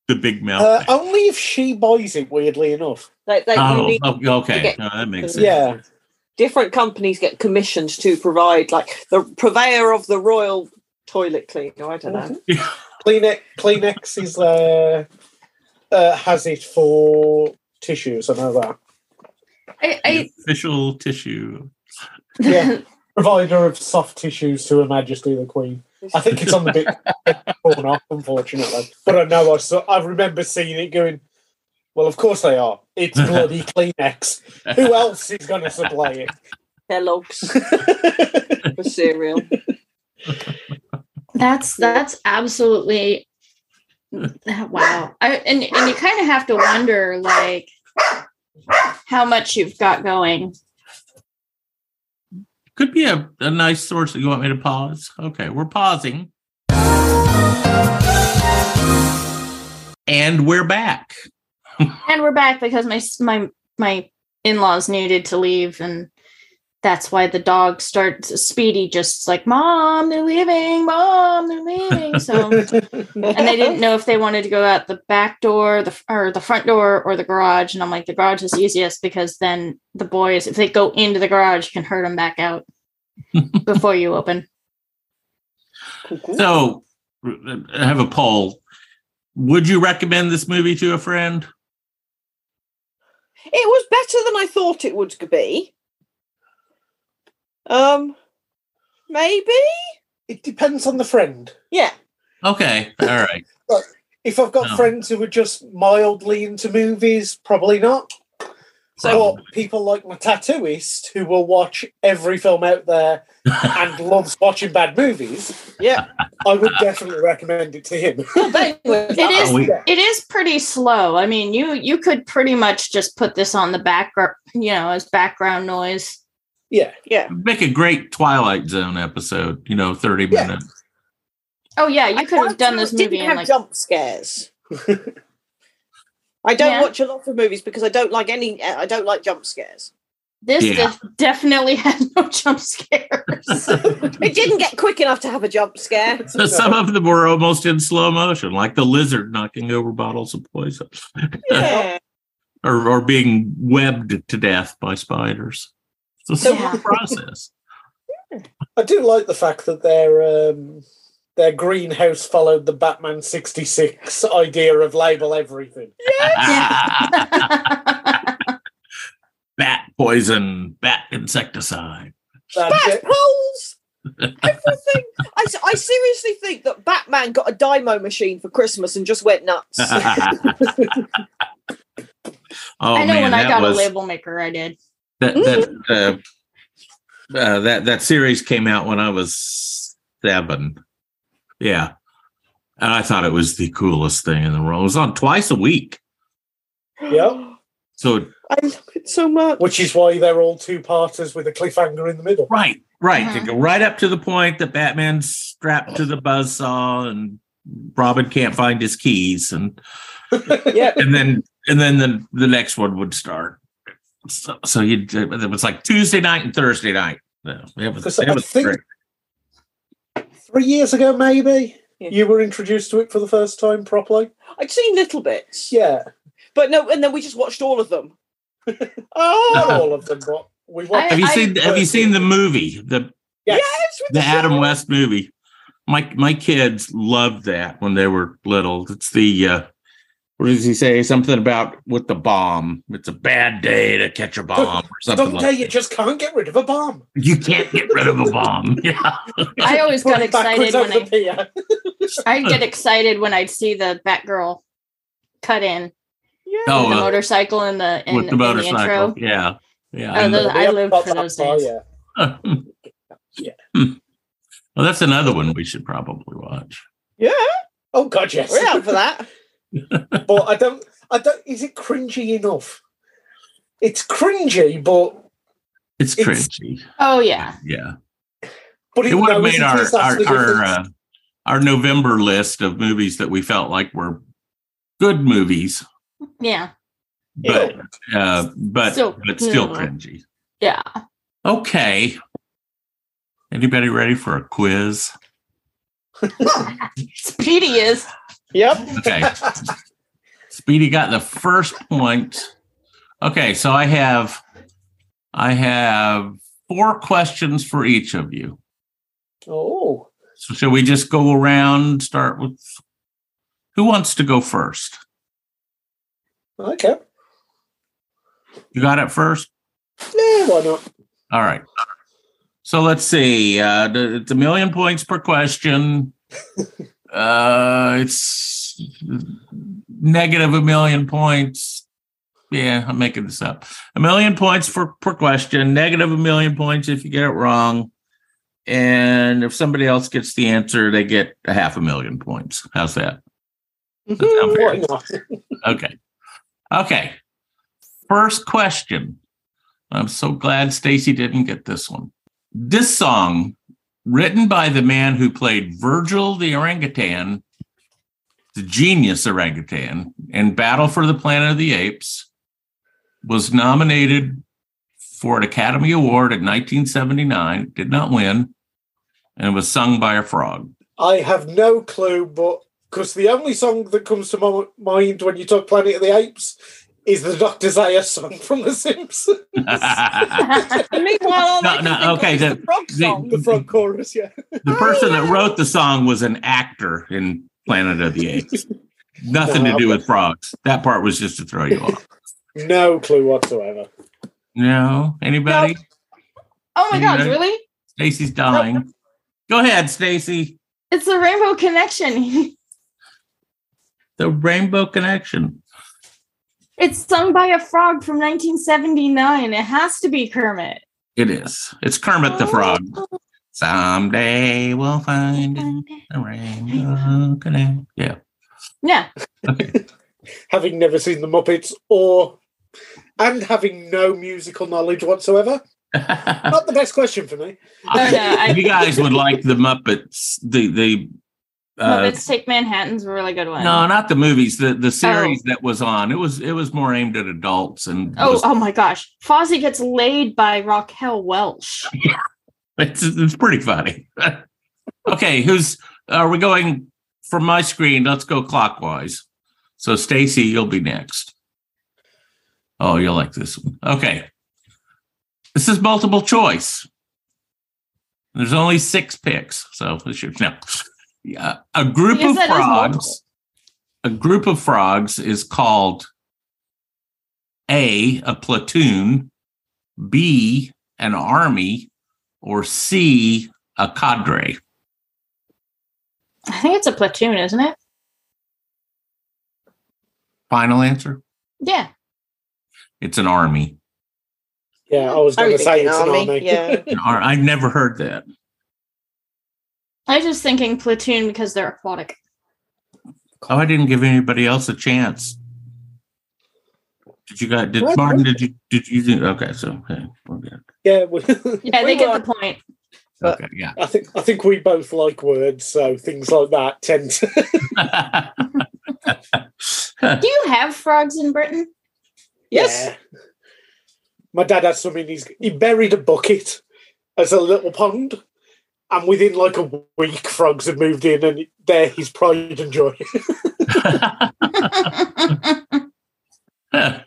[SPEAKER 3] the big mouth.
[SPEAKER 5] Uh, only if she buys it, weirdly enough.
[SPEAKER 4] They, they, you
[SPEAKER 3] oh,
[SPEAKER 4] need-
[SPEAKER 3] oh, okay.
[SPEAKER 4] okay.
[SPEAKER 3] No, that makes sense.
[SPEAKER 5] Yeah.
[SPEAKER 4] different companies get commissioned to provide, like the purveyor of the royal toilet cleaner. I don't know.
[SPEAKER 5] Kleenex, Kleenex is uh, uh, has it for tissues, I know that.
[SPEAKER 2] I,
[SPEAKER 3] The
[SPEAKER 2] I
[SPEAKER 3] official tissue.
[SPEAKER 5] Yeah. Provider of soft tissues to Her Majesty the Queen. I think it's on the bit torn off, unfortunately. But I know I saw, I remember seeing it going, well, of course they are. It's bloody Kleenex. Who else is going to supply
[SPEAKER 4] Kellogg's
[SPEAKER 5] it?
[SPEAKER 4] for cereal.
[SPEAKER 2] that's that's absolutely wow. I, and and you kind of have to wonder like how much you've got going.
[SPEAKER 3] Could be a, a nice source that you want me to pause. Okay, we're pausing. And we're back.
[SPEAKER 2] And we're back because my my my in-laws needed to leave and that's why the dog starts speedy just like mom they're leaving mom they're leaving so and they didn't know if they wanted to go out the back door the or the front door or the garage and i'm like the garage is easiest because then the boys if they go into the garage you can herd them back out before you open
[SPEAKER 3] So I have a poll. Would you recommend this movie to a friend?
[SPEAKER 4] It was better than I thought it would be. Um, maybe.
[SPEAKER 5] it depends on the friend.
[SPEAKER 4] Yeah.
[SPEAKER 3] Okay. All right.
[SPEAKER 5] If I've got
[SPEAKER 3] No.
[SPEAKER 5] friends who are just mildly into movies, probably not.
[SPEAKER 3] So-
[SPEAKER 5] but people like my tattooist who will watch every film out there and loves watching bad movies,
[SPEAKER 4] Yeah.
[SPEAKER 5] I would definitely recommend it to him.
[SPEAKER 4] But
[SPEAKER 2] it is
[SPEAKER 3] we-
[SPEAKER 2] it is pretty slow i mean you you could pretty much just put this on the background you know as background noise
[SPEAKER 5] Yeah.
[SPEAKER 4] yeah.
[SPEAKER 3] Make a great Twilight Zone episode, you know, 30
[SPEAKER 5] Yeah.
[SPEAKER 3] minutes.
[SPEAKER 2] oh yeah you could have done this
[SPEAKER 4] didn't
[SPEAKER 2] movie in
[SPEAKER 4] have
[SPEAKER 2] like
[SPEAKER 4] jump scares. I don't
[SPEAKER 2] Yeah.
[SPEAKER 4] watch a lot of movies because I don't like any. I don't like jump scares.
[SPEAKER 2] this
[SPEAKER 3] Yeah.
[SPEAKER 2] def- definitely had no jump scares
[SPEAKER 4] It didn't get quick enough to have a jump scare.
[SPEAKER 3] So some of them were almost in slow motion, like the lizard knocking over bottles of poison
[SPEAKER 4] Yeah.
[SPEAKER 3] or, or being webbed to death by spiders. It's a similar
[SPEAKER 2] Yeah.
[SPEAKER 3] process.
[SPEAKER 5] I do like the fact that their um, their greenhouse followed the Batman sixty six idea of label everything.
[SPEAKER 3] bat poison, bat insecticide.
[SPEAKER 5] That-
[SPEAKER 4] bat poles. Everything. I, s- I seriously think that Batman got a Dymo machine for Christmas and just went nuts.
[SPEAKER 3] oh,
[SPEAKER 2] i know
[SPEAKER 3] Oh, man,
[SPEAKER 2] when i
[SPEAKER 3] that
[SPEAKER 2] got
[SPEAKER 3] was-
[SPEAKER 2] a label maker i did
[SPEAKER 3] that
[SPEAKER 5] Mm-hmm.
[SPEAKER 3] that uh, uh, that that series came out when I was seven. Yeah, and I thought it was the coolest thing in the world. It was on twice a week,
[SPEAKER 5] Yeah.
[SPEAKER 3] so
[SPEAKER 4] I love it so much.
[SPEAKER 5] which is why they're all two parters with a cliffhanger in the middle.
[SPEAKER 3] right, right,
[SPEAKER 2] Mhm.
[SPEAKER 5] Uh-huh.
[SPEAKER 3] to go right up to the point that Batman's strapped to the buzzsaw and Robin can't find his keys, and
[SPEAKER 4] Yeah.
[SPEAKER 3] and then and then the the next one would start. So, so you it was like Tuesday night and Thursday night. Yeah, It was,
[SPEAKER 5] Because I
[SPEAKER 3] it was
[SPEAKER 5] think-
[SPEAKER 3] great.
[SPEAKER 5] Three years ago, maybe
[SPEAKER 4] Yeah.
[SPEAKER 5] you were introduced to it for the first time properly.
[SPEAKER 4] I'd seen little bits.
[SPEAKER 5] Yeah,
[SPEAKER 4] But no, and then we just watched all of them. Oh,
[SPEAKER 5] not
[SPEAKER 3] Uh-huh.
[SPEAKER 5] all of them, but we watched.
[SPEAKER 3] Have you
[SPEAKER 2] I-
[SPEAKER 3] seen Have you seen the movie the
[SPEAKER 5] Yes.
[SPEAKER 4] Yes, with
[SPEAKER 3] the Adam
[SPEAKER 4] shovel.
[SPEAKER 3] West movie. My my kids loved that when they were little. It's the uh, what does he say? Something about with the bomb. It's a bad day to catch a bomb or something.
[SPEAKER 5] Someday
[SPEAKER 3] Like
[SPEAKER 5] you
[SPEAKER 3] that.
[SPEAKER 5] just can't get rid of a bomb.
[SPEAKER 3] You can't get rid of a bomb. Yeah,
[SPEAKER 2] i always got excited when i
[SPEAKER 5] I...
[SPEAKER 2] I'd get excited when I'd see the Batgirl cut in.
[SPEAKER 4] Yeah.
[SPEAKER 2] the
[SPEAKER 3] oh, uh,
[SPEAKER 2] motorcycle in the in,
[SPEAKER 3] with the
[SPEAKER 2] in the intro.
[SPEAKER 3] motorcycle. yeah. Yeah.
[SPEAKER 2] Oh,
[SPEAKER 3] and
[SPEAKER 2] those-
[SPEAKER 3] the-
[SPEAKER 2] I live for those days.
[SPEAKER 5] Yeah.
[SPEAKER 3] yeah. Hmm. Well, that's another one we should probably watch.
[SPEAKER 4] Yeah,
[SPEAKER 5] Oh god, yes.
[SPEAKER 4] we're out for that.
[SPEAKER 5] but I don't. I don't. Is it cringy enough? It's cringy, but
[SPEAKER 3] It's
[SPEAKER 5] It's-
[SPEAKER 3] cringy.
[SPEAKER 2] Oh yeah.
[SPEAKER 3] Yeah.
[SPEAKER 5] but
[SPEAKER 3] It would have made our our our,
[SPEAKER 5] uh,
[SPEAKER 3] uh, our November list of movies that we felt like were good movies,
[SPEAKER 2] Yeah.
[SPEAKER 3] but uh, but
[SPEAKER 2] Still-
[SPEAKER 3] but still
[SPEAKER 2] yeah.
[SPEAKER 3] cringy.
[SPEAKER 2] Yeah.
[SPEAKER 3] Okay. Anybody ready for a quiz?
[SPEAKER 2] Speedy is.
[SPEAKER 4] Yep.
[SPEAKER 3] Okay. Speedy got the first point. Okay, so I have I have four questions for each of you.
[SPEAKER 5] oh,
[SPEAKER 3] So shall we just go around start with who wants to go first?
[SPEAKER 5] okay.
[SPEAKER 3] You got it first?
[SPEAKER 5] Yeah, why not?
[SPEAKER 3] All right. So let's see. Uh the- it's a million points per question. Uh it's negative a million points. Yeah, I'm making this up. A million points for per question, negative a million points if you get it wrong. And if somebody else gets the answer, they get a half a million points. How's that? Does that sound fair?
[SPEAKER 5] Why not?
[SPEAKER 3] Okay. Okay. First question. I'm so glad Stacy didn't get this one. This song, written by the man who played Virgil the orangutan, the genius orangutan, in Battle for the Planet of the Apes, was nominated for an Academy Award in 1979, did not win, and was sung by a frog.
[SPEAKER 5] I have no clue, but because the only song that comes to my mind when you talk Planet of the Apes is the Doctor Zaya song from The Simpsons,
[SPEAKER 2] Oh,
[SPEAKER 4] Meanwhile, all
[SPEAKER 3] No,
[SPEAKER 4] I can
[SPEAKER 3] no,
[SPEAKER 4] think of
[SPEAKER 3] okay,
[SPEAKER 4] is
[SPEAKER 3] the-
[SPEAKER 4] the frog
[SPEAKER 3] the-
[SPEAKER 4] song.
[SPEAKER 5] the front chorus. Yeah,
[SPEAKER 3] The person that wrote the song was an actor in Planet of the Apes. Nothing to do with frogs. That part was just to throw you off.
[SPEAKER 5] no clue whatsoever.
[SPEAKER 3] No, anybody?
[SPEAKER 2] Oh my god,
[SPEAKER 3] Anybody?
[SPEAKER 2] really?
[SPEAKER 3] Stacy's dying. Go ahead, Stacy.
[SPEAKER 2] It's the Rainbow Connection.
[SPEAKER 3] The Rainbow Connection.
[SPEAKER 2] it's sung by a frog from 1979. It has to be Kermit.
[SPEAKER 3] It is. It's Kermit the Frog. Someday we'll find it. The Rainbow Connection. Yeah.
[SPEAKER 2] Yeah.
[SPEAKER 5] Having never seen the Muppets, or and having no musical knowledge whatsoever, not the best question for me.
[SPEAKER 2] Oh, no, I-
[SPEAKER 3] you guys would like the Muppets, the the uh,
[SPEAKER 2] Muppets Take Manhattan's a really good one.
[SPEAKER 3] No, not the movies. The the series that was on. It was it was more aimed at adults and
[SPEAKER 2] Oh,
[SPEAKER 3] was-
[SPEAKER 2] oh my gosh. Fozzie gets laid by Raquel Welch.
[SPEAKER 3] it's it's pretty funny. okay, who's uh, are we going from my screen? Let's go clockwise. So Stacy, you'll be next. Oh, you'll like this one. Okay. This is multiple choice. There's only six picks, so this should no. Yeah, a group
[SPEAKER 2] Yes,
[SPEAKER 3] of
[SPEAKER 2] that is multiple.
[SPEAKER 3] frogs. A group of frogs is called A, a platoon, B, an army, or C, a cadre.
[SPEAKER 2] I think it's a platoon, isn't it?
[SPEAKER 3] Final answer?
[SPEAKER 2] Yeah.
[SPEAKER 3] It's an army.
[SPEAKER 5] Yeah, I was
[SPEAKER 4] I
[SPEAKER 5] going to
[SPEAKER 4] was
[SPEAKER 5] say
[SPEAKER 4] thinking
[SPEAKER 5] it's an
[SPEAKER 4] army.
[SPEAKER 5] army.
[SPEAKER 4] Yeah.
[SPEAKER 3] An ar- I've never heard that.
[SPEAKER 2] I was just thinking platoon because they're aquatic.
[SPEAKER 3] Oh, I didn't give anybody else a chance. Did you guys? Did
[SPEAKER 5] What?
[SPEAKER 3] Martin? Did you? Did you? do- Okay, so okay, we're good.
[SPEAKER 5] Yeah, we,
[SPEAKER 2] Yeah,
[SPEAKER 4] We
[SPEAKER 2] they get
[SPEAKER 4] were-
[SPEAKER 2] the point.
[SPEAKER 5] Uh,
[SPEAKER 3] Okay, yeah.
[SPEAKER 5] I think I think we both like words, so things like that tend to.
[SPEAKER 2] Do you have frogs in Britain?
[SPEAKER 4] Yes.
[SPEAKER 5] Yeah. My dad had some in his. He buried a bucket as a little pond, and within like a week, frogs had moved in, and they're his pride and joy.
[SPEAKER 3] that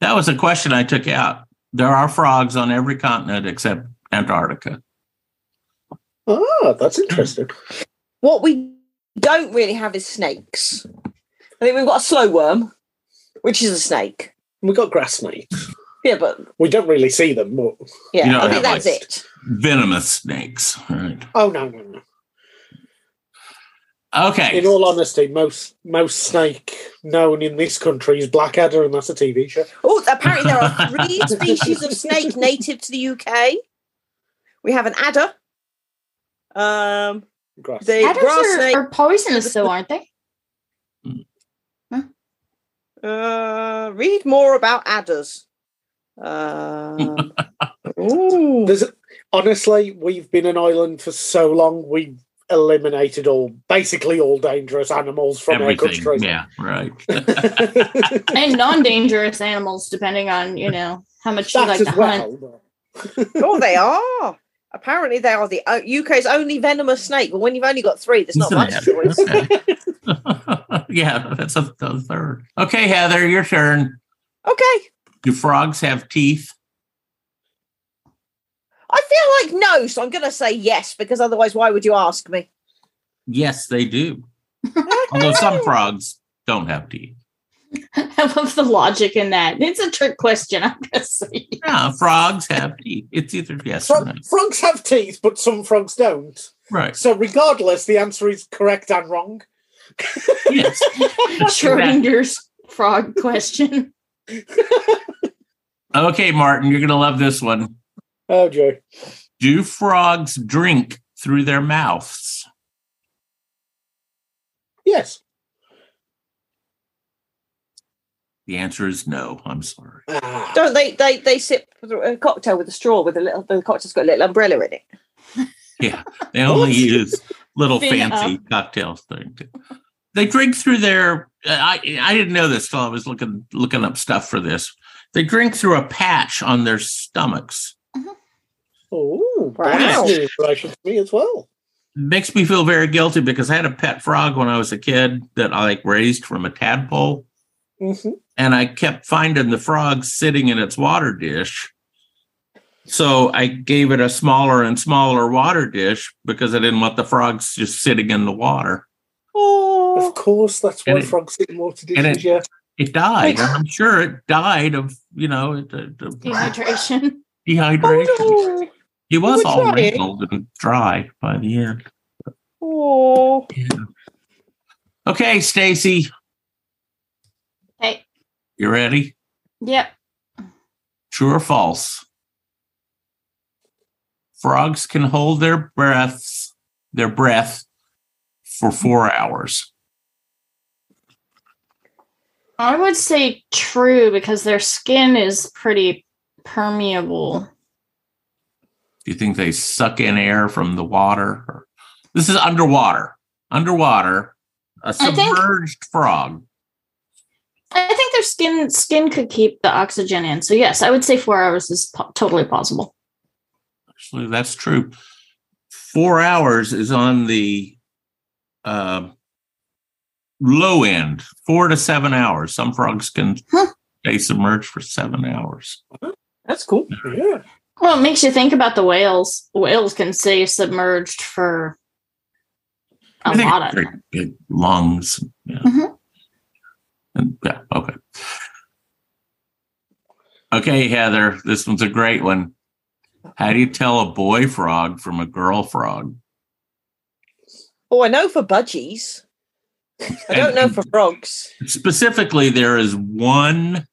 [SPEAKER 3] was a question I took out. There are frogs on every continent except Antarctica.
[SPEAKER 5] ah, that's interesting.
[SPEAKER 4] What we don't really have is snakes. I think we've got a slow worm, which is a snake.
[SPEAKER 5] We got grass snakes.
[SPEAKER 4] Yeah, but
[SPEAKER 5] We don't really see them, but
[SPEAKER 4] yeah,
[SPEAKER 3] You don't
[SPEAKER 4] I think
[SPEAKER 3] have
[SPEAKER 4] that's
[SPEAKER 3] lice.
[SPEAKER 4] it.
[SPEAKER 3] Venomous snakes. All right.
[SPEAKER 5] oh no, no, no.
[SPEAKER 3] Okay.
[SPEAKER 5] In all honesty, most most snake known in this country is Blackadder, and that's a TV show.
[SPEAKER 4] Oh, apparently there are three species of snake native to the UK. We have an adder, um,
[SPEAKER 5] Grass.
[SPEAKER 4] the
[SPEAKER 2] Adders
[SPEAKER 4] grass
[SPEAKER 2] are,
[SPEAKER 4] snake,
[SPEAKER 2] are poisonous, though, aren't they?
[SPEAKER 4] Uh, read more about adders. Um, ooh.
[SPEAKER 5] There's honestly, we've been an island for so long. We've eliminated all, basically all dangerous animals from our
[SPEAKER 3] Everything.
[SPEAKER 5] country.
[SPEAKER 3] Yeah. Right.
[SPEAKER 2] And non-dangerous animals, depending on you know how much you
[SPEAKER 5] That
[SPEAKER 2] like
[SPEAKER 5] as
[SPEAKER 2] to hunt.
[SPEAKER 5] well.
[SPEAKER 4] oh, they are. Apparently, they are the o- UK's only venomous snake. But when you've only got three, there's not
[SPEAKER 3] Isn't
[SPEAKER 4] much
[SPEAKER 3] it?
[SPEAKER 4] choice.
[SPEAKER 3] Okay. yeah, that's a, a third. Okay, Heather, your turn.
[SPEAKER 4] Okay.
[SPEAKER 3] Do frogs have teeth?
[SPEAKER 4] I feel like no, so I'm going to say yes because otherwise, why would you ask me?
[SPEAKER 3] Yes, they do. Although some frogs don't have teeth.
[SPEAKER 2] I love the logic in that. It's a trick question, obviously.
[SPEAKER 3] Yeah, frogs have teeth. It's either yes or no.
[SPEAKER 5] Frog, frogs have teeth, but some frogs don't.
[SPEAKER 3] Right.
[SPEAKER 5] So, regardless, the answer is correct and wrong.
[SPEAKER 3] Yes.
[SPEAKER 2] Schrodinger's frog question.
[SPEAKER 3] Okay, Martin, you're going to love this one.
[SPEAKER 5] Oh, Joe.
[SPEAKER 3] Do frogs drink through their mouths?
[SPEAKER 5] Yes.
[SPEAKER 3] The answer is no. I'm sorry.
[SPEAKER 5] Ah,
[SPEAKER 4] Don't they? They they sip a cocktail with a straw with a little. The cocktail's got a little umbrella in it.
[SPEAKER 3] They only
[SPEAKER 5] Oops.
[SPEAKER 3] use little
[SPEAKER 2] Fin
[SPEAKER 3] fancy cocktail thing. They drink through their. uh, I I didn't know this till I was looking looking up stuff for this. They drink through a patch on their stomachs.
[SPEAKER 5] oh,
[SPEAKER 4] Wow.
[SPEAKER 5] that's new information to me as well.
[SPEAKER 3] makes me feel very guilty because I had a pet frog when I was a kid that I like raised from a tadpole,
[SPEAKER 5] hmm
[SPEAKER 3] and I kept finding the frog sitting in its water dish. So I gave it a smaller and smaller water dish because I didn't want the frogs just sitting in the water.
[SPEAKER 5] Of
[SPEAKER 4] Oh,
[SPEAKER 5] course, that's why
[SPEAKER 3] And it-
[SPEAKER 5] frogs sit in water
[SPEAKER 3] and it-
[SPEAKER 5] dishes. Yeah.
[SPEAKER 3] It died, and I'm sure it died of you know it, it- it-
[SPEAKER 2] Dehydration.
[SPEAKER 3] dehydration.
[SPEAKER 4] oh,
[SPEAKER 3] He was
[SPEAKER 4] We're
[SPEAKER 3] all
[SPEAKER 4] trying.
[SPEAKER 3] wrinkled and dry by the end.
[SPEAKER 4] oh.
[SPEAKER 3] Okay, Stacy,
[SPEAKER 2] Hey,
[SPEAKER 3] you ready?
[SPEAKER 2] yep.
[SPEAKER 3] True or false? Frogs can hold their breaths, their breath for four hours.
[SPEAKER 2] I would say true because their skin is pretty permeable.
[SPEAKER 3] Do you think they suck in air from the water? Or- This is underwater. Underwater, a
[SPEAKER 2] think-
[SPEAKER 3] submerged frog.
[SPEAKER 2] I think their skin skin could keep the oxygen in. So yes, I would say four hours is po- totally possible.
[SPEAKER 3] Actually, that's true. Four hours is on the uh, low end, four to seven hours. Some frogs can
[SPEAKER 2] Huh.
[SPEAKER 3] stay submerged for seven hours.
[SPEAKER 4] that's cool.
[SPEAKER 5] Yeah.
[SPEAKER 2] Well, it makes you think about the whales. Whales can stay submerged for a
[SPEAKER 3] I think
[SPEAKER 2] lot of
[SPEAKER 3] great big lungs. Yeah.
[SPEAKER 2] Mhm.
[SPEAKER 3] And yeah, okay. Okay, Heather, this one's a great one. How do you tell a boy frog from a girl frog?
[SPEAKER 4] Oh, I know for budgies. I don't know for frogs.
[SPEAKER 3] Specifically, there is one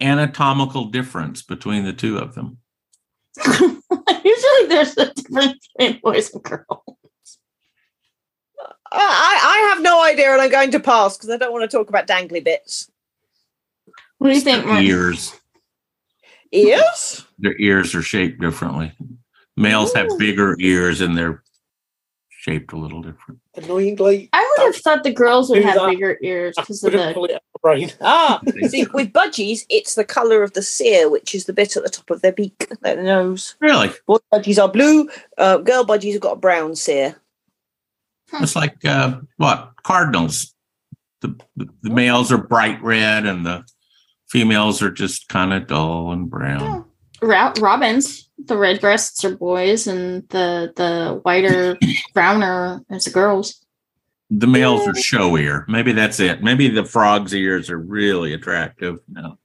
[SPEAKER 3] anatomical difference between the two of them.
[SPEAKER 2] Usually there's a difference between boys and girls.
[SPEAKER 4] I, I I have no idea, and I'm going to pass because I don't want to talk about dangly bits.
[SPEAKER 2] What do you think, Mark?
[SPEAKER 3] Ears.
[SPEAKER 4] Ears?
[SPEAKER 3] Their ears are shaped differently. Males have
[SPEAKER 4] Ooh.
[SPEAKER 3] bigger ears and they're shaped a little different.
[SPEAKER 5] Annoyingly,
[SPEAKER 2] I would have thought the girls would
[SPEAKER 5] Do
[SPEAKER 2] have
[SPEAKER 5] that.
[SPEAKER 2] bigger ears
[SPEAKER 5] I
[SPEAKER 2] because of
[SPEAKER 5] couldn't
[SPEAKER 2] the
[SPEAKER 5] pull it out of my brain.
[SPEAKER 4] Ah, see, with budgies, it's the colour of the cere, which is the bit at the top of their beak, their nose.
[SPEAKER 3] Really?
[SPEAKER 4] Boy budgies are blue. Uh, girl budgies have got a brown cere.
[SPEAKER 3] It's like uh, what cardinals. The, the the males are bright red, and the females are just kind of dull and brown.
[SPEAKER 2] Ra- robins. The red breasts are boys, and the the whiter browner is the girls.
[SPEAKER 3] The males are showier. Maybe that's it. Maybe the frog's ears are really attractive. No,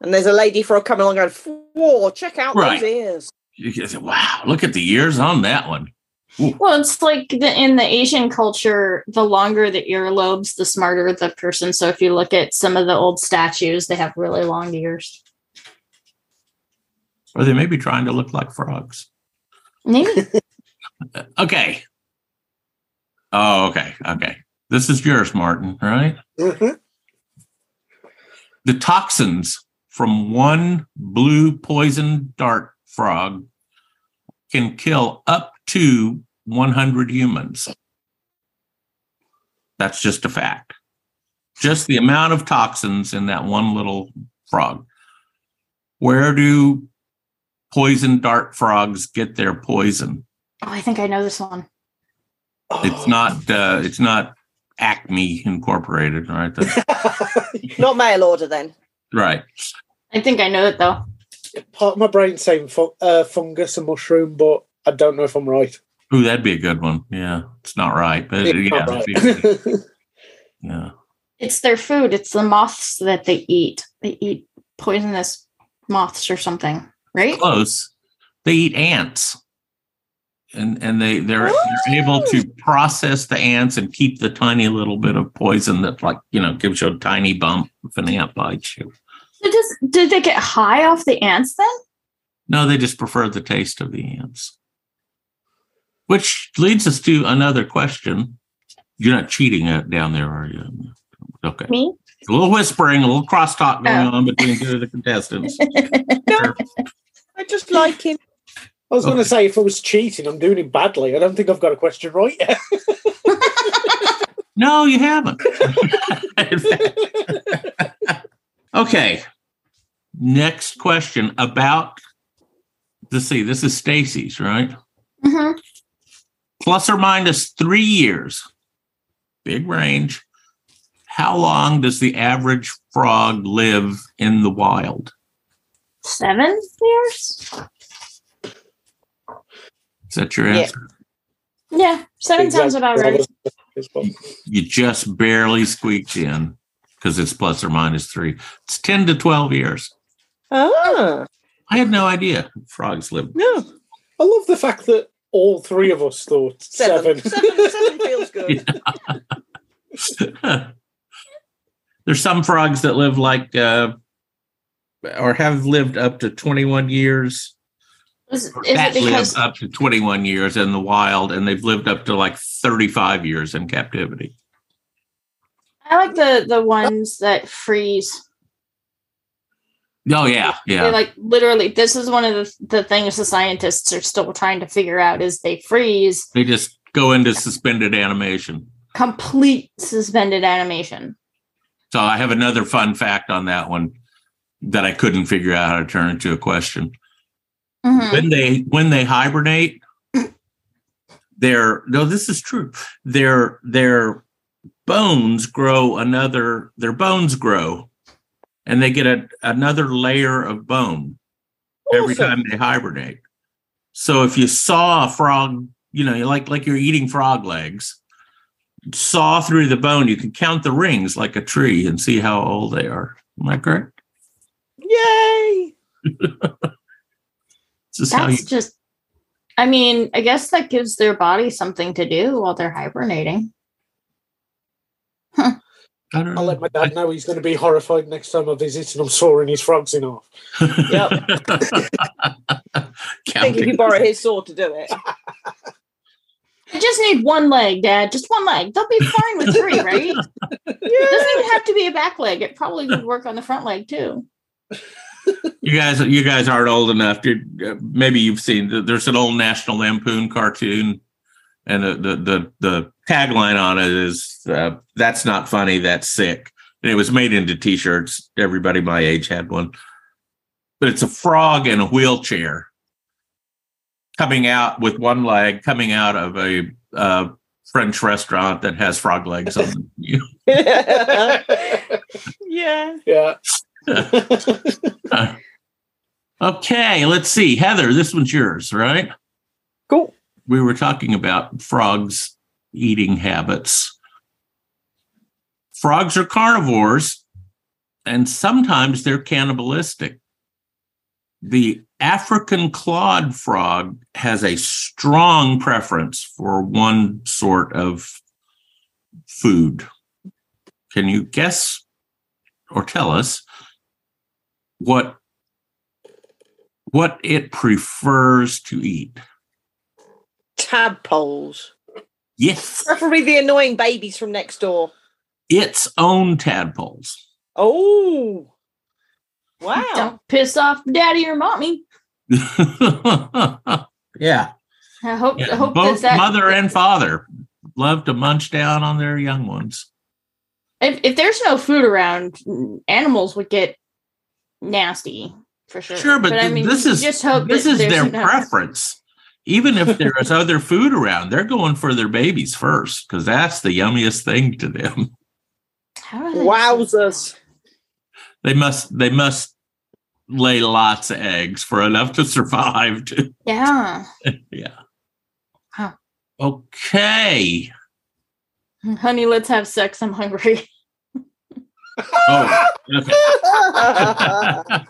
[SPEAKER 4] And there's a lady frog coming along going, whoa, check out
[SPEAKER 3] Right.
[SPEAKER 4] those ears.
[SPEAKER 3] you can say, "Wow, look at the ears on that one."
[SPEAKER 2] Well, it's like the, in the Asian culture, the longer the earlobes, the smarter the person. So if you look at some of the old statues, they have really long ears.
[SPEAKER 3] Or they may be trying to look like frogs.
[SPEAKER 2] Maybe. oh,
[SPEAKER 3] Okay. Oh, okay. Okay. This is yours, Martin, right?
[SPEAKER 5] Mhm.
[SPEAKER 3] The toxins from one blue poison dart frog can kill up to 100 humans. That's just a fact. Just the amount of toxins in that one little frog. Where do poison dart frogs get their poison?
[SPEAKER 2] Oh, I think I know this one.
[SPEAKER 5] Oh.
[SPEAKER 3] It's not. Uh, it's not Acme Incorporated, right? That's
[SPEAKER 4] Not mail order then.
[SPEAKER 3] right.
[SPEAKER 2] I think I know it though.
[SPEAKER 5] Part of my brain saying fu- uh, fungus and mushroom, but I don't know if I'm right.
[SPEAKER 3] Ooh, that'd be a good one. Yeah, it's not right, but
[SPEAKER 5] It's
[SPEAKER 3] Uh, yeah,
[SPEAKER 5] not right.
[SPEAKER 3] it's- yeah.
[SPEAKER 2] It's their food. It's the moths that they eat. They eat poisonous moths or something, right?
[SPEAKER 3] Close. They eat ants, and and they they're, they're able to process the ants and keep the tiny little bit of poison that like you know gives you a tiny bump if an ant bites you.
[SPEAKER 2] So does, did they get high off the ants then?
[SPEAKER 3] No, they just prefer the taste of the ants. Which leads us to another question. You're not cheating uh, down there, are you? Okay.
[SPEAKER 2] Me?
[SPEAKER 3] A little whispering, a little crosstalk going
[SPEAKER 2] Oh.
[SPEAKER 3] on between two of the contestants.
[SPEAKER 4] I just like him.
[SPEAKER 5] I was going to
[SPEAKER 3] Okay.
[SPEAKER 5] say if I was cheating, I'm doing it badly. I don't think I've got a question right yet.
[SPEAKER 3] No, you haven't. In fact. okay. Next question about let's see, this is Stacy's, right?
[SPEAKER 2] Mm-hmm.
[SPEAKER 3] plus or minus three years, big range. How long does the average frog live in the wild?
[SPEAKER 2] Seven years?
[SPEAKER 3] Is that your
[SPEAKER 4] Yeah.
[SPEAKER 3] answer?
[SPEAKER 2] Yeah, seven sounds about right.
[SPEAKER 3] You just barely squeaked in because it's plus or minus three. It's 10 to 12 years.
[SPEAKER 4] Ah,
[SPEAKER 3] I had no idea frogs live.
[SPEAKER 4] no.
[SPEAKER 5] I love the fact that all three of us thought
[SPEAKER 4] Seven.
[SPEAKER 5] seven.
[SPEAKER 4] Seven, seven feels good.
[SPEAKER 3] There's some frogs that live like, uh, or have lived up to 21 years.
[SPEAKER 2] Is, is it
[SPEAKER 3] that live
[SPEAKER 2] because
[SPEAKER 3] up to 21 years in the wild and they've lived up to like 35 years in captivity
[SPEAKER 2] I like the the ones that freeze?
[SPEAKER 3] oh yeah
[SPEAKER 2] They
[SPEAKER 3] yeah
[SPEAKER 2] like literally. This is one of the, the things the scientists are still trying to figure out: is they freeze
[SPEAKER 3] they just go into suspended animation
[SPEAKER 2] complete suspended animation.
[SPEAKER 3] so i have another fun fact on that one that i couldn't figure out how to turn into a question
[SPEAKER 2] Mhm.
[SPEAKER 3] when they when they hibernate their no this is true their their bones grow another their bones grow and they get a, another layer of bone every time they hibernate so if you saw a frog you know like like you're eating frog legs saw through the bone you can count the rings like a tree and see how old they are am i correct
[SPEAKER 4] Yay!
[SPEAKER 3] this is how you
[SPEAKER 2] That's just. I mean, I guess that gives their body something to do while they're hibernating.
[SPEAKER 3] I don't know.
[SPEAKER 5] I'll let my dad know he's going to be horrified next time I visit and I'm sawing his frogs in half.
[SPEAKER 4] I think if you
[SPEAKER 3] Counting.
[SPEAKER 4] borrow his saw to do it.
[SPEAKER 2] I just need one leg, Dad. Just one leg. They'll be fine with three, right? It
[SPEAKER 4] Yeah.
[SPEAKER 2] doesn't even have to be a back leg. It probably would work on the front leg too.
[SPEAKER 3] You guys, you guys aren't old enough. you uh, maybe you've seen. th- There's an old National Lampoon cartoon, and the the the, the tagline on it is uh, "That's not funny. That's sick." And it was made into T-shirts. Everybody my age had one, but it's a frog in a wheelchair coming out with one leg coming out of a uh, French restaurant that has frog legs on. the menu.
[SPEAKER 4] yeah.
[SPEAKER 5] yeah.
[SPEAKER 3] Okay, let's see. Heather, this one's yours, right?
[SPEAKER 4] Cool.
[SPEAKER 3] We were talking about frogs' eating habits. Frogs are carnivores and sometimes they're cannibalistic. The African clawed frog has a strong preference for one sort of food. Can you guess or tell us what what it prefers to eat?
[SPEAKER 4] Tadpoles.
[SPEAKER 3] Yes,
[SPEAKER 4] Preferably the annoying babies from next door.
[SPEAKER 3] its own tadpoles.
[SPEAKER 4] Oh. Wow.
[SPEAKER 2] Don't piss off daddy or mommy.
[SPEAKER 3] yeah,
[SPEAKER 2] I hope I
[SPEAKER 3] yeah.
[SPEAKER 2] hope
[SPEAKER 3] both
[SPEAKER 2] that, that
[SPEAKER 3] mother and father love to munch down on their young ones.
[SPEAKER 2] if, if there's no food around, animals would get nasty for sure.
[SPEAKER 3] Sure, but, th- this
[SPEAKER 2] you
[SPEAKER 3] is
[SPEAKER 2] just hope
[SPEAKER 3] this
[SPEAKER 2] that
[SPEAKER 3] is
[SPEAKER 2] there's
[SPEAKER 3] their
[SPEAKER 2] enough.
[SPEAKER 3] preference. Even if there is other food around, they're going for their babies first because that's the yummiest thing to them.
[SPEAKER 2] How are they-
[SPEAKER 4] Wowzers.
[SPEAKER 3] They must they must lay lots of eggs for enough to survive. To,
[SPEAKER 2] Yeah.
[SPEAKER 3] yeah.
[SPEAKER 2] Huh.
[SPEAKER 3] Okay.
[SPEAKER 2] Honey, let's have sex. I'm hungry.
[SPEAKER 3] Oh, okay.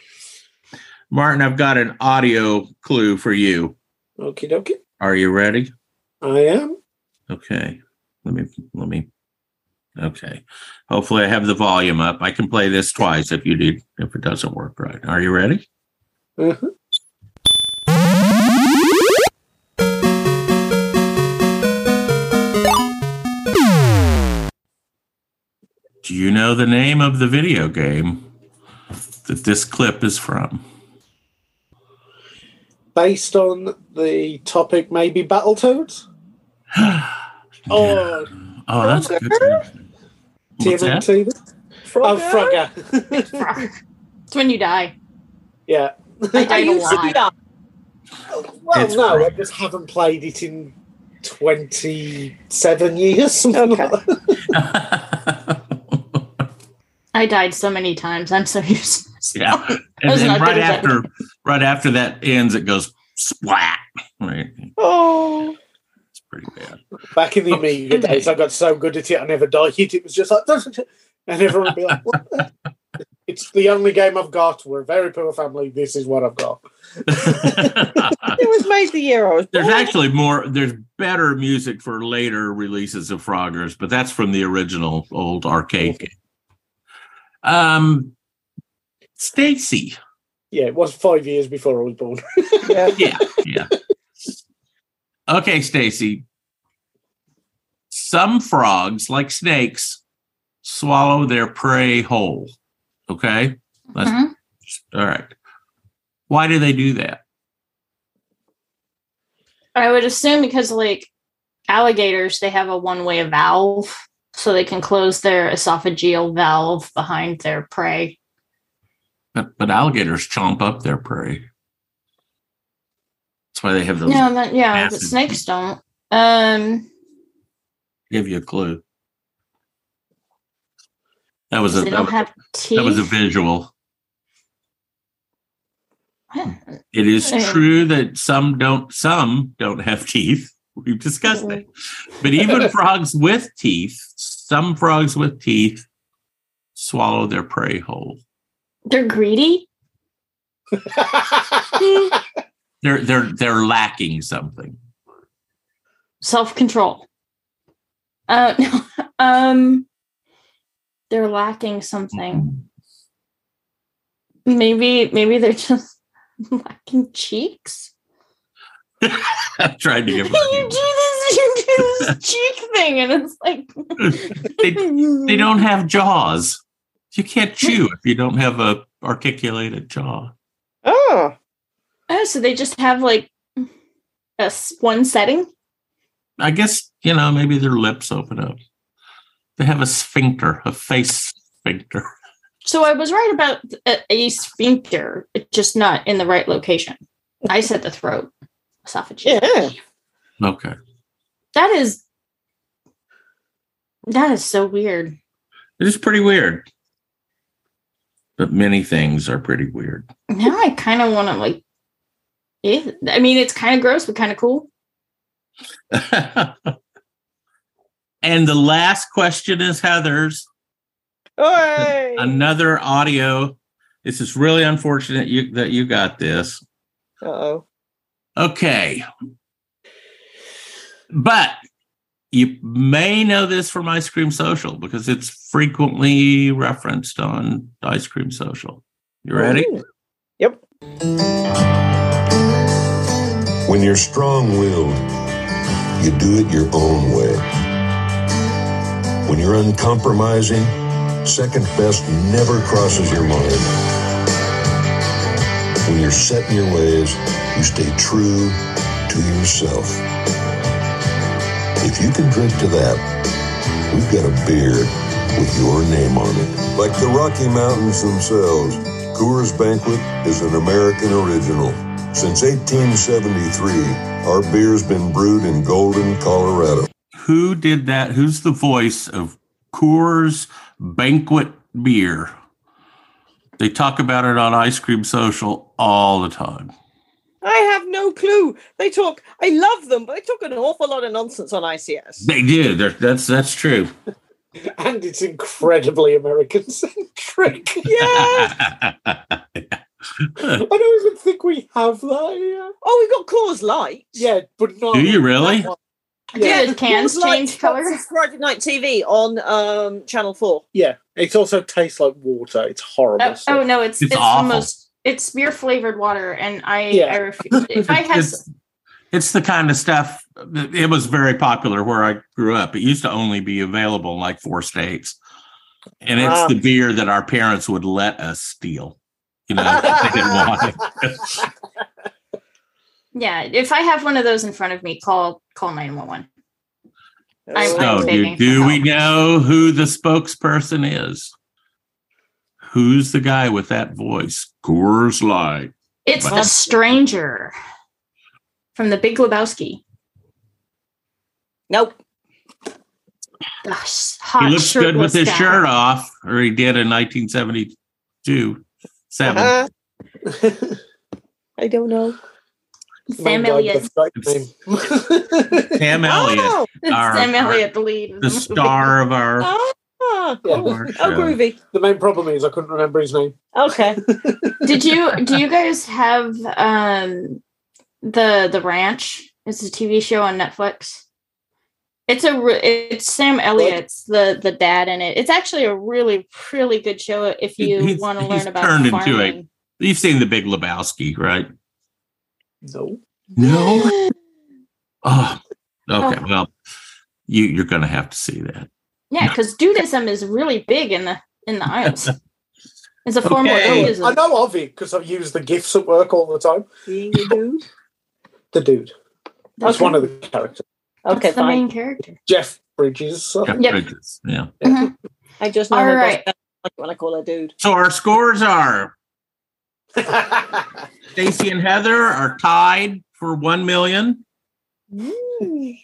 [SPEAKER 3] Martin, I've got an audio clue for you.
[SPEAKER 5] Okie dokie.
[SPEAKER 3] Are you ready?
[SPEAKER 5] I am.
[SPEAKER 3] Okay. Let me let me Okay. Hopefully I have the volume up. I can play this twice if you need if it doesn't work right. Are you ready?
[SPEAKER 5] Mhm.
[SPEAKER 3] Do you know the name of the video game that this clip is from?
[SPEAKER 5] Based on the topic, maybe Battletoads? Or
[SPEAKER 3] Oh, that's a good. one. What's that?
[SPEAKER 5] TMNT? Oh,
[SPEAKER 4] Frogger?
[SPEAKER 5] Frogger.
[SPEAKER 2] it's when you die.
[SPEAKER 5] yeah.
[SPEAKER 2] I
[SPEAKER 4] Are
[SPEAKER 2] died a
[SPEAKER 4] you
[SPEAKER 2] lot.
[SPEAKER 4] serious?
[SPEAKER 5] Well,
[SPEAKER 3] It's
[SPEAKER 5] no, I
[SPEAKER 3] Frogger.
[SPEAKER 5] just haven't played it in 27 years. something like
[SPEAKER 4] Okay.
[SPEAKER 5] that.
[SPEAKER 2] I died so many times. I'm so useless.
[SPEAKER 3] yeah,
[SPEAKER 2] I
[SPEAKER 3] and
[SPEAKER 2] was
[SPEAKER 3] then
[SPEAKER 2] not
[SPEAKER 3] right
[SPEAKER 2] good at that.
[SPEAKER 3] after, right after that ends, it goes splat. Right,
[SPEAKER 4] Oh.
[SPEAKER 3] it's pretty bad.
[SPEAKER 5] Back in the Amiga
[SPEAKER 3] Okay.
[SPEAKER 5] days, I got so good at it, I never died. It was just like, and everyone would be like, what the- It's the only game I've got. We're a very poor family. This is what I've got.
[SPEAKER 4] It was made the year I was
[SPEAKER 3] there's
[SPEAKER 4] born.
[SPEAKER 3] actually more. There's better music for later releases of Froggers, but that's from the original old arcade game. Um, Stacy.
[SPEAKER 5] Yeah, it was five years before I was born.
[SPEAKER 4] Yeah.
[SPEAKER 3] yeah, yeah. Okay, Stacy. Some frogs, like snakes, swallow their prey whole. Okay, That's-
[SPEAKER 2] Mhm.
[SPEAKER 3] all right. Why do they do that?
[SPEAKER 2] I would assume because like alligators, they have a one-way valve, so they can close their esophageal valve behind their prey.
[SPEAKER 3] But, but alligators chomp up their prey. That's why they have those.
[SPEAKER 2] No, that, yeah, but
[SPEAKER 3] massive-
[SPEAKER 2] snakes don't. Um,
[SPEAKER 3] Give you a clue. That was a
[SPEAKER 2] they
[SPEAKER 3] that
[SPEAKER 2] don't
[SPEAKER 3] was,
[SPEAKER 2] have teeth.
[SPEAKER 3] that was a visual.
[SPEAKER 2] Huh.
[SPEAKER 3] It is
[SPEAKER 2] Okay.
[SPEAKER 3] true that some don't some don't have teeth. We've discussed that.
[SPEAKER 2] Mm-hmm.
[SPEAKER 3] But even frogs with teeth, some frogs with teeth swallow their prey whole.
[SPEAKER 2] They're greedy.
[SPEAKER 3] They're they're they're lacking something.
[SPEAKER 2] self-control uh no, um they're lacking something
[SPEAKER 3] Mm-hmm.
[SPEAKER 2] maybe maybe they're just lacking cheeks
[SPEAKER 3] I'm trying to
[SPEAKER 2] you
[SPEAKER 3] give
[SPEAKER 2] do this you do this cheek thing and it's like
[SPEAKER 3] they,
[SPEAKER 2] Mm-hmm.
[SPEAKER 3] they don't have jaws. You can't chew if you don't have a articulated jaw.
[SPEAKER 4] Oh.
[SPEAKER 2] oh so they just have like a s- one setting
[SPEAKER 3] I guess, you know, maybe their lips open up. They have a sphincter, a face sphincter.
[SPEAKER 2] so i was right about a, a sphincter it's just not in the right location i said the throat esophageal
[SPEAKER 4] Yeah.
[SPEAKER 3] Okay.
[SPEAKER 2] that is that is so weird
[SPEAKER 3] It is pretty weird. But many things are pretty weird.
[SPEAKER 2] now I kind of want to like. eh, I mean, it's kind of gross, but kind of cool.
[SPEAKER 3] and the last question is Heather's.
[SPEAKER 4] Hey.
[SPEAKER 3] Another audio. This is really unfortunate you, that you got this.
[SPEAKER 4] oh.
[SPEAKER 3] Okay. But you may know this from Ice Cream Social because it's frequently referenced on Ice Cream Social. You ready?
[SPEAKER 4] Oh. Yep.
[SPEAKER 6] When you're strong willed, you do it your own way. When you're uncompromising, second best never crosses your mind. When you're set in your ways, you stay true to yourself. If you can drink to that, we've got a beer with your name on it. Like the Rocky Mountains themselves, Coors Banquet is an American original. Since 1873, our beer's been brewed in Golden, Colorado.
[SPEAKER 3] Who did that? Who's the voice of Coors Banquet Beer? They talk about it on Ice Cream Social all the time.
[SPEAKER 4] I have no clue. They talk. I love them, but they talk an awful lot of nonsense on ICS.
[SPEAKER 3] They do. They're- That's that's true.
[SPEAKER 5] and it's incredibly American centric.
[SPEAKER 4] yeah.
[SPEAKER 5] I don't even think we have that here.
[SPEAKER 4] Oh, we got Cause Light.
[SPEAKER 5] Yeah, but not.
[SPEAKER 3] do you really?
[SPEAKER 5] that one.
[SPEAKER 2] Yeah,
[SPEAKER 5] Yeah,
[SPEAKER 2] the cans
[SPEAKER 4] Coors Light
[SPEAKER 2] change
[SPEAKER 4] sponsors
[SPEAKER 2] color.
[SPEAKER 4] Friday night TV on um, Channel Four.
[SPEAKER 5] yeah. It also tastes like water. It's horrible.
[SPEAKER 2] Oh,
[SPEAKER 5] stuff.
[SPEAKER 2] oh no, it's
[SPEAKER 3] It's
[SPEAKER 2] it's,
[SPEAKER 3] awful.
[SPEAKER 2] the most it's beer flavored water, and I
[SPEAKER 5] Yeah.
[SPEAKER 2] I refuse. If I had
[SPEAKER 3] it's, it's the kind of stuff that- it was very popular where I grew up. It used to only be available in like four states. And it's
[SPEAKER 4] Wow.
[SPEAKER 3] the beer that our parents would let us steal. You know, if they didn't want it.
[SPEAKER 2] yeah, if I have one of those in front of me, call call nine one one. I
[SPEAKER 3] So,
[SPEAKER 4] Oh.
[SPEAKER 2] like
[SPEAKER 3] do,
[SPEAKER 2] taking
[SPEAKER 3] do
[SPEAKER 2] the
[SPEAKER 3] we
[SPEAKER 2] help.
[SPEAKER 3] know who the spokesperson is? Who's the guy with that voice? Coors Light.
[SPEAKER 2] It's
[SPEAKER 3] Wow.
[SPEAKER 2] the stranger from the Big Lebowski.
[SPEAKER 4] nope.
[SPEAKER 2] The s- hot
[SPEAKER 3] he looks good
[SPEAKER 2] shirtless
[SPEAKER 3] with his
[SPEAKER 2] guy.
[SPEAKER 3] shirt off, or he did in 1972. 7
[SPEAKER 4] Uh-huh. I don't know.
[SPEAKER 2] Sam Elliott.
[SPEAKER 3] Sam Elliott.
[SPEAKER 4] Oh,
[SPEAKER 3] Our-
[SPEAKER 2] Sam
[SPEAKER 3] our-
[SPEAKER 2] Elliott, the lead. of
[SPEAKER 3] the
[SPEAKER 2] movie.
[SPEAKER 3] star of our, of
[SPEAKER 4] ah, oh,
[SPEAKER 5] Yeah.
[SPEAKER 3] our show.
[SPEAKER 4] groovy.
[SPEAKER 5] The main problem is I couldn't remember his name.
[SPEAKER 4] Okay.
[SPEAKER 2] Did you do you guys have um the the ranch? It's a TV show on Netflix. It's a re- it's Sam Elliott's the the dad in it. It's actually a really really good show if
[SPEAKER 3] He-
[SPEAKER 2] you
[SPEAKER 3] he's-
[SPEAKER 2] want to
[SPEAKER 3] he's
[SPEAKER 2] learn about
[SPEAKER 3] turned into a-
[SPEAKER 2] farming.
[SPEAKER 3] You've seen the Big Lebowski, right?
[SPEAKER 5] No.
[SPEAKER 3] No. Oh, okay.
[SPEAKER 2] Oh.
[SPEAKER 3] Well, you you're going to have to see that.
[SPEAKER 2] Yeah, because Dudism is really big in the in the Isles. It's a form of
[SPEAKER 3] Okay.
[SPEAKER 5] I
[SPEAKER 2] Buddhism.
[SPEAKER 5] know of it because I use the gifts at work all the time. The dude. That's
[SPEAKER 2] Okay.
[SPEAKER 5] one of the characters.
[SPEAKER 4] okay,
[SPEAKER 2] That's the
[SPEAKER 4] fine.
[SPEAKER 2] main character.
[SPEAKER 5] Jeff Bridges. I
[SPEAKER 3] Oh, Yeah,
[SPEAKER 5] think.
[SPEAKER 2] Yep.
[SPEAKER 3] Bridges, yeah.
[SPEAKER 4] I just know
[SPEAKER 2] All
[SPEAKER 4] her boss
[SPEAKER 2] right.
[SPEAKER 4] doesn't like it when I call her dude.
[SPEAKER 3] So our scores are Stacy and Heather are tied for 1 million
[SPEAKER 4] Mm.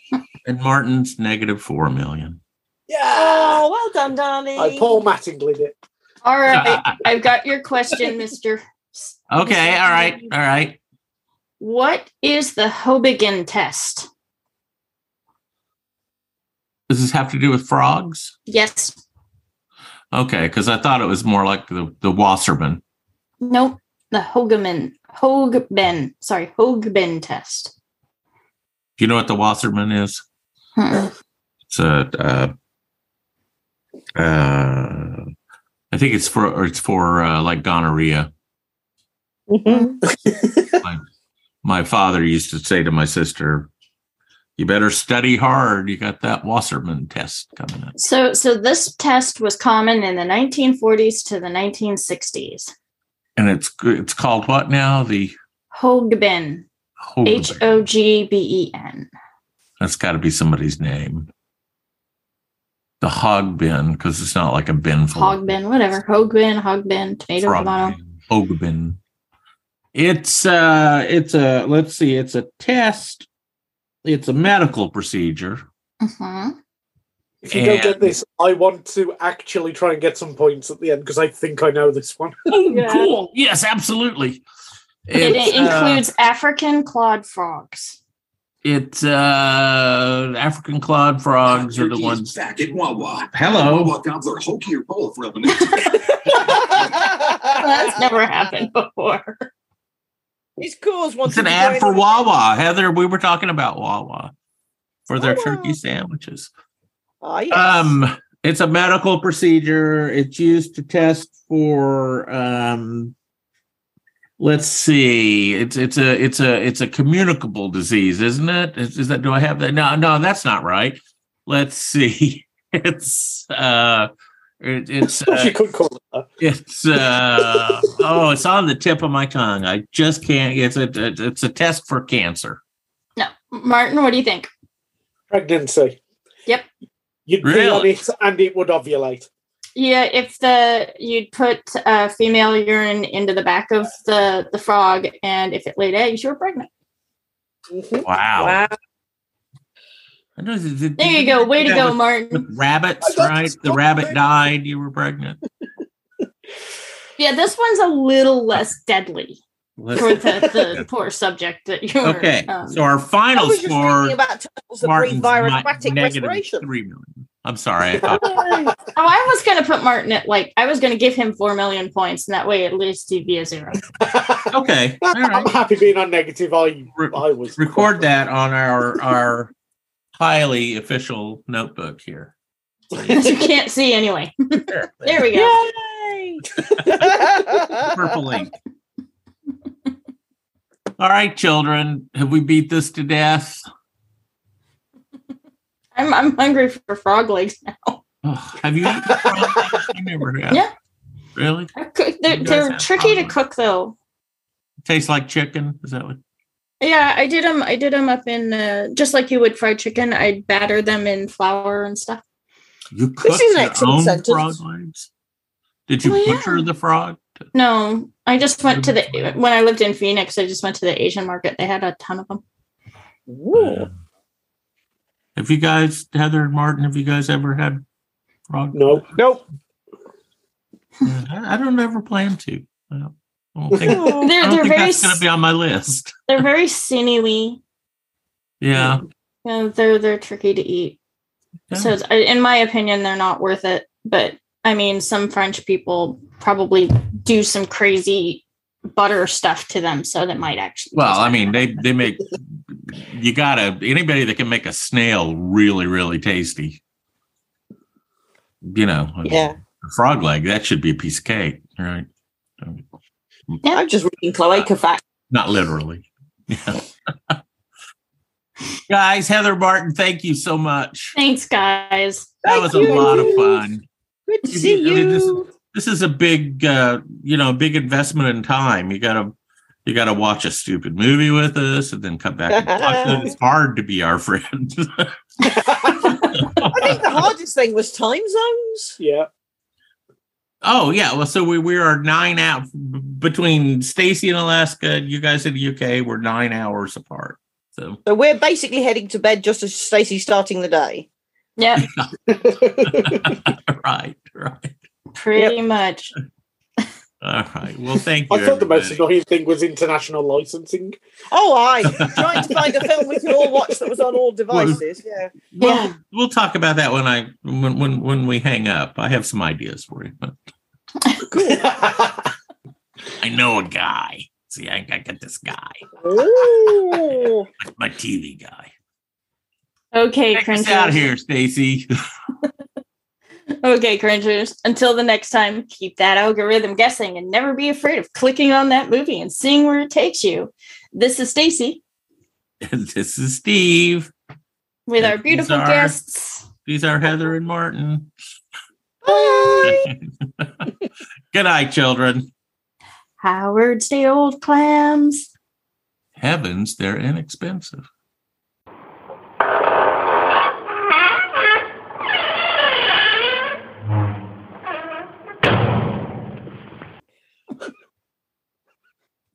[SPEAKER 3] and Martin's negative 4 million.
[SPEAKER 5] yeah.
[SPEAKER 4] Oh, well done, darling.
[SPEAKER 5] I Paul Mattingly did.
[SPEAKER 2] All
[SPEAKER 3] Ah.
[SPEAKER 2] right, I've got your question, Mister.
[SPEAKER 3] Okay, all right. All right.
[SPEAKER 2] What is the Hobigen test?
[SPEAKER 3] Does this have to do with frogs?
[SPEAKER 2] Yes.
[SPEAKER 3] Okay, cuz I thought it was more like the the Wasserman.
[SPEAKER 2] Nope. The Hogeman. Hogben. Sorry, Hogben test.
[SPEAKER 3] Do you know what the Wasserman is?
[SPEAKER 2] Hmm.
[SPEAKER 3] It's a, uh, uh, I think it's for or it's for uh, like gonorrhea. my, my father used to say to my sister, "You better study hard. You got that Wasserman test coming up."
[SPEAKER 2] So, so this test was common in the 1940s to the 1960s.
[SPEAKER 3] And it's it's called what now? The
[SPEAKER 2] Hogben.
[SPEAKER 3] oh,
[SPEAKER 2] H O G B E N.
[SPEAKER 3] That's got to be somebody's name. The hog bin because it's not like a bin full. of
[SPEAKER 2] Hogben. Whatever. Hogben. Hogben. Tomato.
[SPEAKER 3] Frog
[SPEAKER 2] Tomato.
[SPEAKER 3] bin, hog bin. It's uh it's a let's see, it's a test. It's a medical procedure.
[SPEAKER 2] Mhm.
[SPEAKER 5] If you don't
[SPEAKER 3] And-
[SPEAKER 5] get this, I want to actually try and get some points at the end because I think I know this one.
[SPEAKER 3] Oh,
[SPEAKER 4] Yeah.
[SPEAKER 3] cool. Yes, absolutely.
[SPEAKER 2] It,
[SPEAKER 3] It's,
[SPEAKER 2] includes African clawed frogs.
[SPEAKER 3] uh, it's uh African clawed frogs are the
[SPEAKER 7] Turkey is
[SPEAKER 3] ones.
[SPEAKER 7] back at Wawa.
[SPEAKER 3] Hello.
[SPEAKER 7] Wawa gobblers are hoking your bowl for revenue.
[SPEAKER 2] That's never happened before.
[SPEAKER 4] His cause
[SPEAKER 3] It's
[SPEAKER 4] wants
[SPEAKER 3] an ad for Wawa. Heather, we were talking about Wawa for their
[SPEAKER 4] Wawa.
[SPEAKER 3] turkey sandwiches.
[SPEAKER 4] Oh, yes.
[SPEAKER 3] Um, it's a medical procedure. It's used to test for um let's see. It's it's a it's a it's a communicable disease, isn't it? Is, is that do I have that? No, no, that's not right. Let's see. It's uh it, it's uh,
[SPEAKER 5] she could call it that.
[SPEAKER 3] it's uh oh, it's on the tip of my tongue. I just can't. It's a it's a test for cancer.
[SPEAKER 2] No, Martin, what do you think?
[SPEAKER 5] Pregnancy.
[SPEAKER 2] Yep.
[SPEAKER 5] You'd pee
[SPEAKER 3] Really?
[SPEAKER 5] on it and it would ovulate.
[SPEAKER 2] Yeah, if the you'd put uh, female urine into the back of the the frog, and if it laid eggs, you were pregnant.
[SPEAKER 5] Mhm.
[SPEAKER 3] Wow.
[SPEAKER 4] wow.
[SPEAKER 3] There
[SPEAKER 2] There you go. Way to go, Martin.
[SPEAKER 3] With rabbits,
[SPEAKER 5] I got
[SPEAKER 3] right?
[SPEAKER 5] this
[SPEAKER 3] The
[SPEAKER 5] one
[SPEAKER 3] rabbit
[SPEAKER 5] thing.
[SPEAKER 3] died. You were pregnant.
[SPEAKER 2] Yeah, this one's a little less deadly for
[SPEAKER 3] Let's-
[SPEAKER 2] the, the poor subject that you were.
[SPEAKER 3] Okay.
[SPEAKER 2] um,
[SPEAKER 3] So our
[SPEAKER 4] I
[SPEAKER 3] final
[SPEAKER 4] was just
[SPEAKER 3] score,
[SPEAKER 4] thinking about turtles that breathe
[SPEAKER 3] Martin's
[SPEAKER 4] via
[SPEAKER 3] not
[SPEAKER 4] aquatic
[SPEAKER 3] negative
[SPEAKER 4] respiration.
[SPEAKER 3] three million. I'm sorry. I thought
[SPEAKER 2] oh, I was gonna put Martin at like I was gonna give him four million points, and that way at least he'd be a zero.
[SPEAKER 3] okay. All
[SPEAKER 5] I'm
[SPEAKER 3] right.
[SPEAKER 5] happy being on negative. I,
[SPEAKER 3] Re-
[SPEAKER 5] I was.
[SPEAKER 3] Record that on our our highly official notebook here.
[SPEAKER 2] That you can't see anyway.
[SPEAKER 3] There,
[SPEAKER 2] There we go.
[SPEAKER 4] Yay!
[SPEAKER 3] purple ink. All right, children. Have we beat this to death?
[SPEAKER 2] I'm I'm hungry for frog legs.
[SPEAKER 3] Ugh, have you eaten frog legs? I never have.
[SPEAKER 2] Yeah.
[SPEAKER 3] Really?
[SPEAKER 2] I cook- They're,
[SPEAKER 3] You guys
[SPEAKER 2] they're
[SPEAKER 3] have
[SPEAKER 2] tricky to
[SPEAKER 3] problems.
[SPEAKER 2] cook though.
[SPEAKER 3] Tastes like chicken. Is that what?
[SPEAKER 2] Yeah, I did them. I did them up in uh, just like you would fried chicken. I'd batter them in flour and stuff.
[SPEAKER 3] You cooked
[SPEAKER 4] is an
[SPEAKER 3] your
[SPEAKER 4] excellent
[SPEAKER 3] own
[SPEAKER 4] sentence.
[SPEAKER 3] frog legs? Did you
[SPEAKER 2] Well, yeah.
[SPEAKER 3] butcher the frog?
[SPEAKER 2] No, I just went to the when I lived in Phoenix. I just went to the Asian market. They had a ton of them.
[SPEAKER 4] Ooh.
[SPEAKER 3] Have you guys, Heather and Martin, have you guys ever had frog?
[SPEAKER 5] No. Nope.
[SPEAKER 3] Yeah, I, I don't ever plan to. I don't, I don't think, I
[SPEAKER 2] They're
[SPEAKER 3] don't
[SPEAKER 2] they're
[SPEAKER 3] think
[SPEAKER 2] very
[SPEAKER 3] that's going to be on my list.
[SPEAKER 2] they're very sinewy.
[SPEAKER 3] Yeah.
[SPEAKER 2] You know, they're they're tricky to eat.
[SPEAKER 3] Yeah.
[SPEAKER 2] So it's, in my opinion, they're not worth it. But I mean, some French people probably do some crazy butter stuff to them, so that might actually.
[SPEAKER 3] well,
[SPEAKER 2] taste
[SPEAKER 3] I
[SPEAKER 2] better.
[SPEAKER 3] mean, they, they make, you got to, anybody that can make a snail really, really tasty, you know, I mean,
[SPEAKER 4] Yeah.
[SPEAKER 3] a frog leg, that should be a piece of cake, right?
[SPEAKER 4] I'm just reading cloaca facts.
[SPEAKER 3] Not literally. Yeah. Guys, Heather Martin, thank you so much.
[SPEAKER 2] Thanks, guys.
[SPEAKER 3] That
[SPEAKER 4] Thank
[SPEAKER 3] was
[SPEAKER 4] you.
[SPEAKER 3] a lot of fun.
[SPEAKER 4] Good to
[SPEAKER 3] You
[SPEAKER 4] see
[SPEAKER 3] did- I mean, this-
[SPEAKER 4] you.
[SPEAKER 3] This is a big, uh, you know, big investment in time. You gotta, you gotta watch a stupid movie with us and then come back and watch it. It's hard to be our friend.
[SPEAKER 4] I think the hardest thing was time zones.
[SPEAKER 5] Yeah.
[SPEAKER 3] oh yeah, well, so we we are nine out b- between Stacy in Alaska and you guys in the UK. We're nine hours apart. So
[SPEAKER 4] So we're basically heading to bed just as Stacey's starting the day.
[SPEAKER 2] Yep.
[SPEAKER 3] right, right,
[SPEAKER 2] Pretty much.
[SPEAKER 3] all right. Well, thank you.
[SPEAKER 5] I thought the most
[SPEAKER 3] everybody.
[SPEAKER 5] annoying thing was international licensing.
[SPEAKER 4] Oh, I trying to find a film we could all watch that was on all devices. Yeah.
[SPEAKER 3] Well,
[SPEAKER 2] Yeah.
[SPEAKER 3] we'll talk about that when I when when when we hang up. I have some ideas for you. But I know a guy. See, I, I got this guy,
[SPEAKER 4] Ooh.
[SPEAKER 3] my TV guy.
[SPEAKER 2] Okay,
[SPEAKER 3] Take us
[SPEAKER 2] cringers.
[SPEAKER 3] out here, Stacy.
[SPEAKER 2] Okay, cringers. Until the next time, keep that algorithm guessing and never be afraid of clicking on that movie and seeing where it takes you. This is Stacy
[SPEAKER 3] this is Steve.
[SPEAKER 2] with our
[SPEAKER 3] And
[SPEAKER 2] beautiful
[SPEAKER 3] Czar.
[SPEAKER 2] guests.
[SPEAKER 3] These are Heather and Martin.
[SPEAKER 4] Bye.
[SPEAKER 3] Good night, children.
[SPEAKER 2] Howard's the old clams.
[SPEAKER 3] Heavens, they're inexpensive.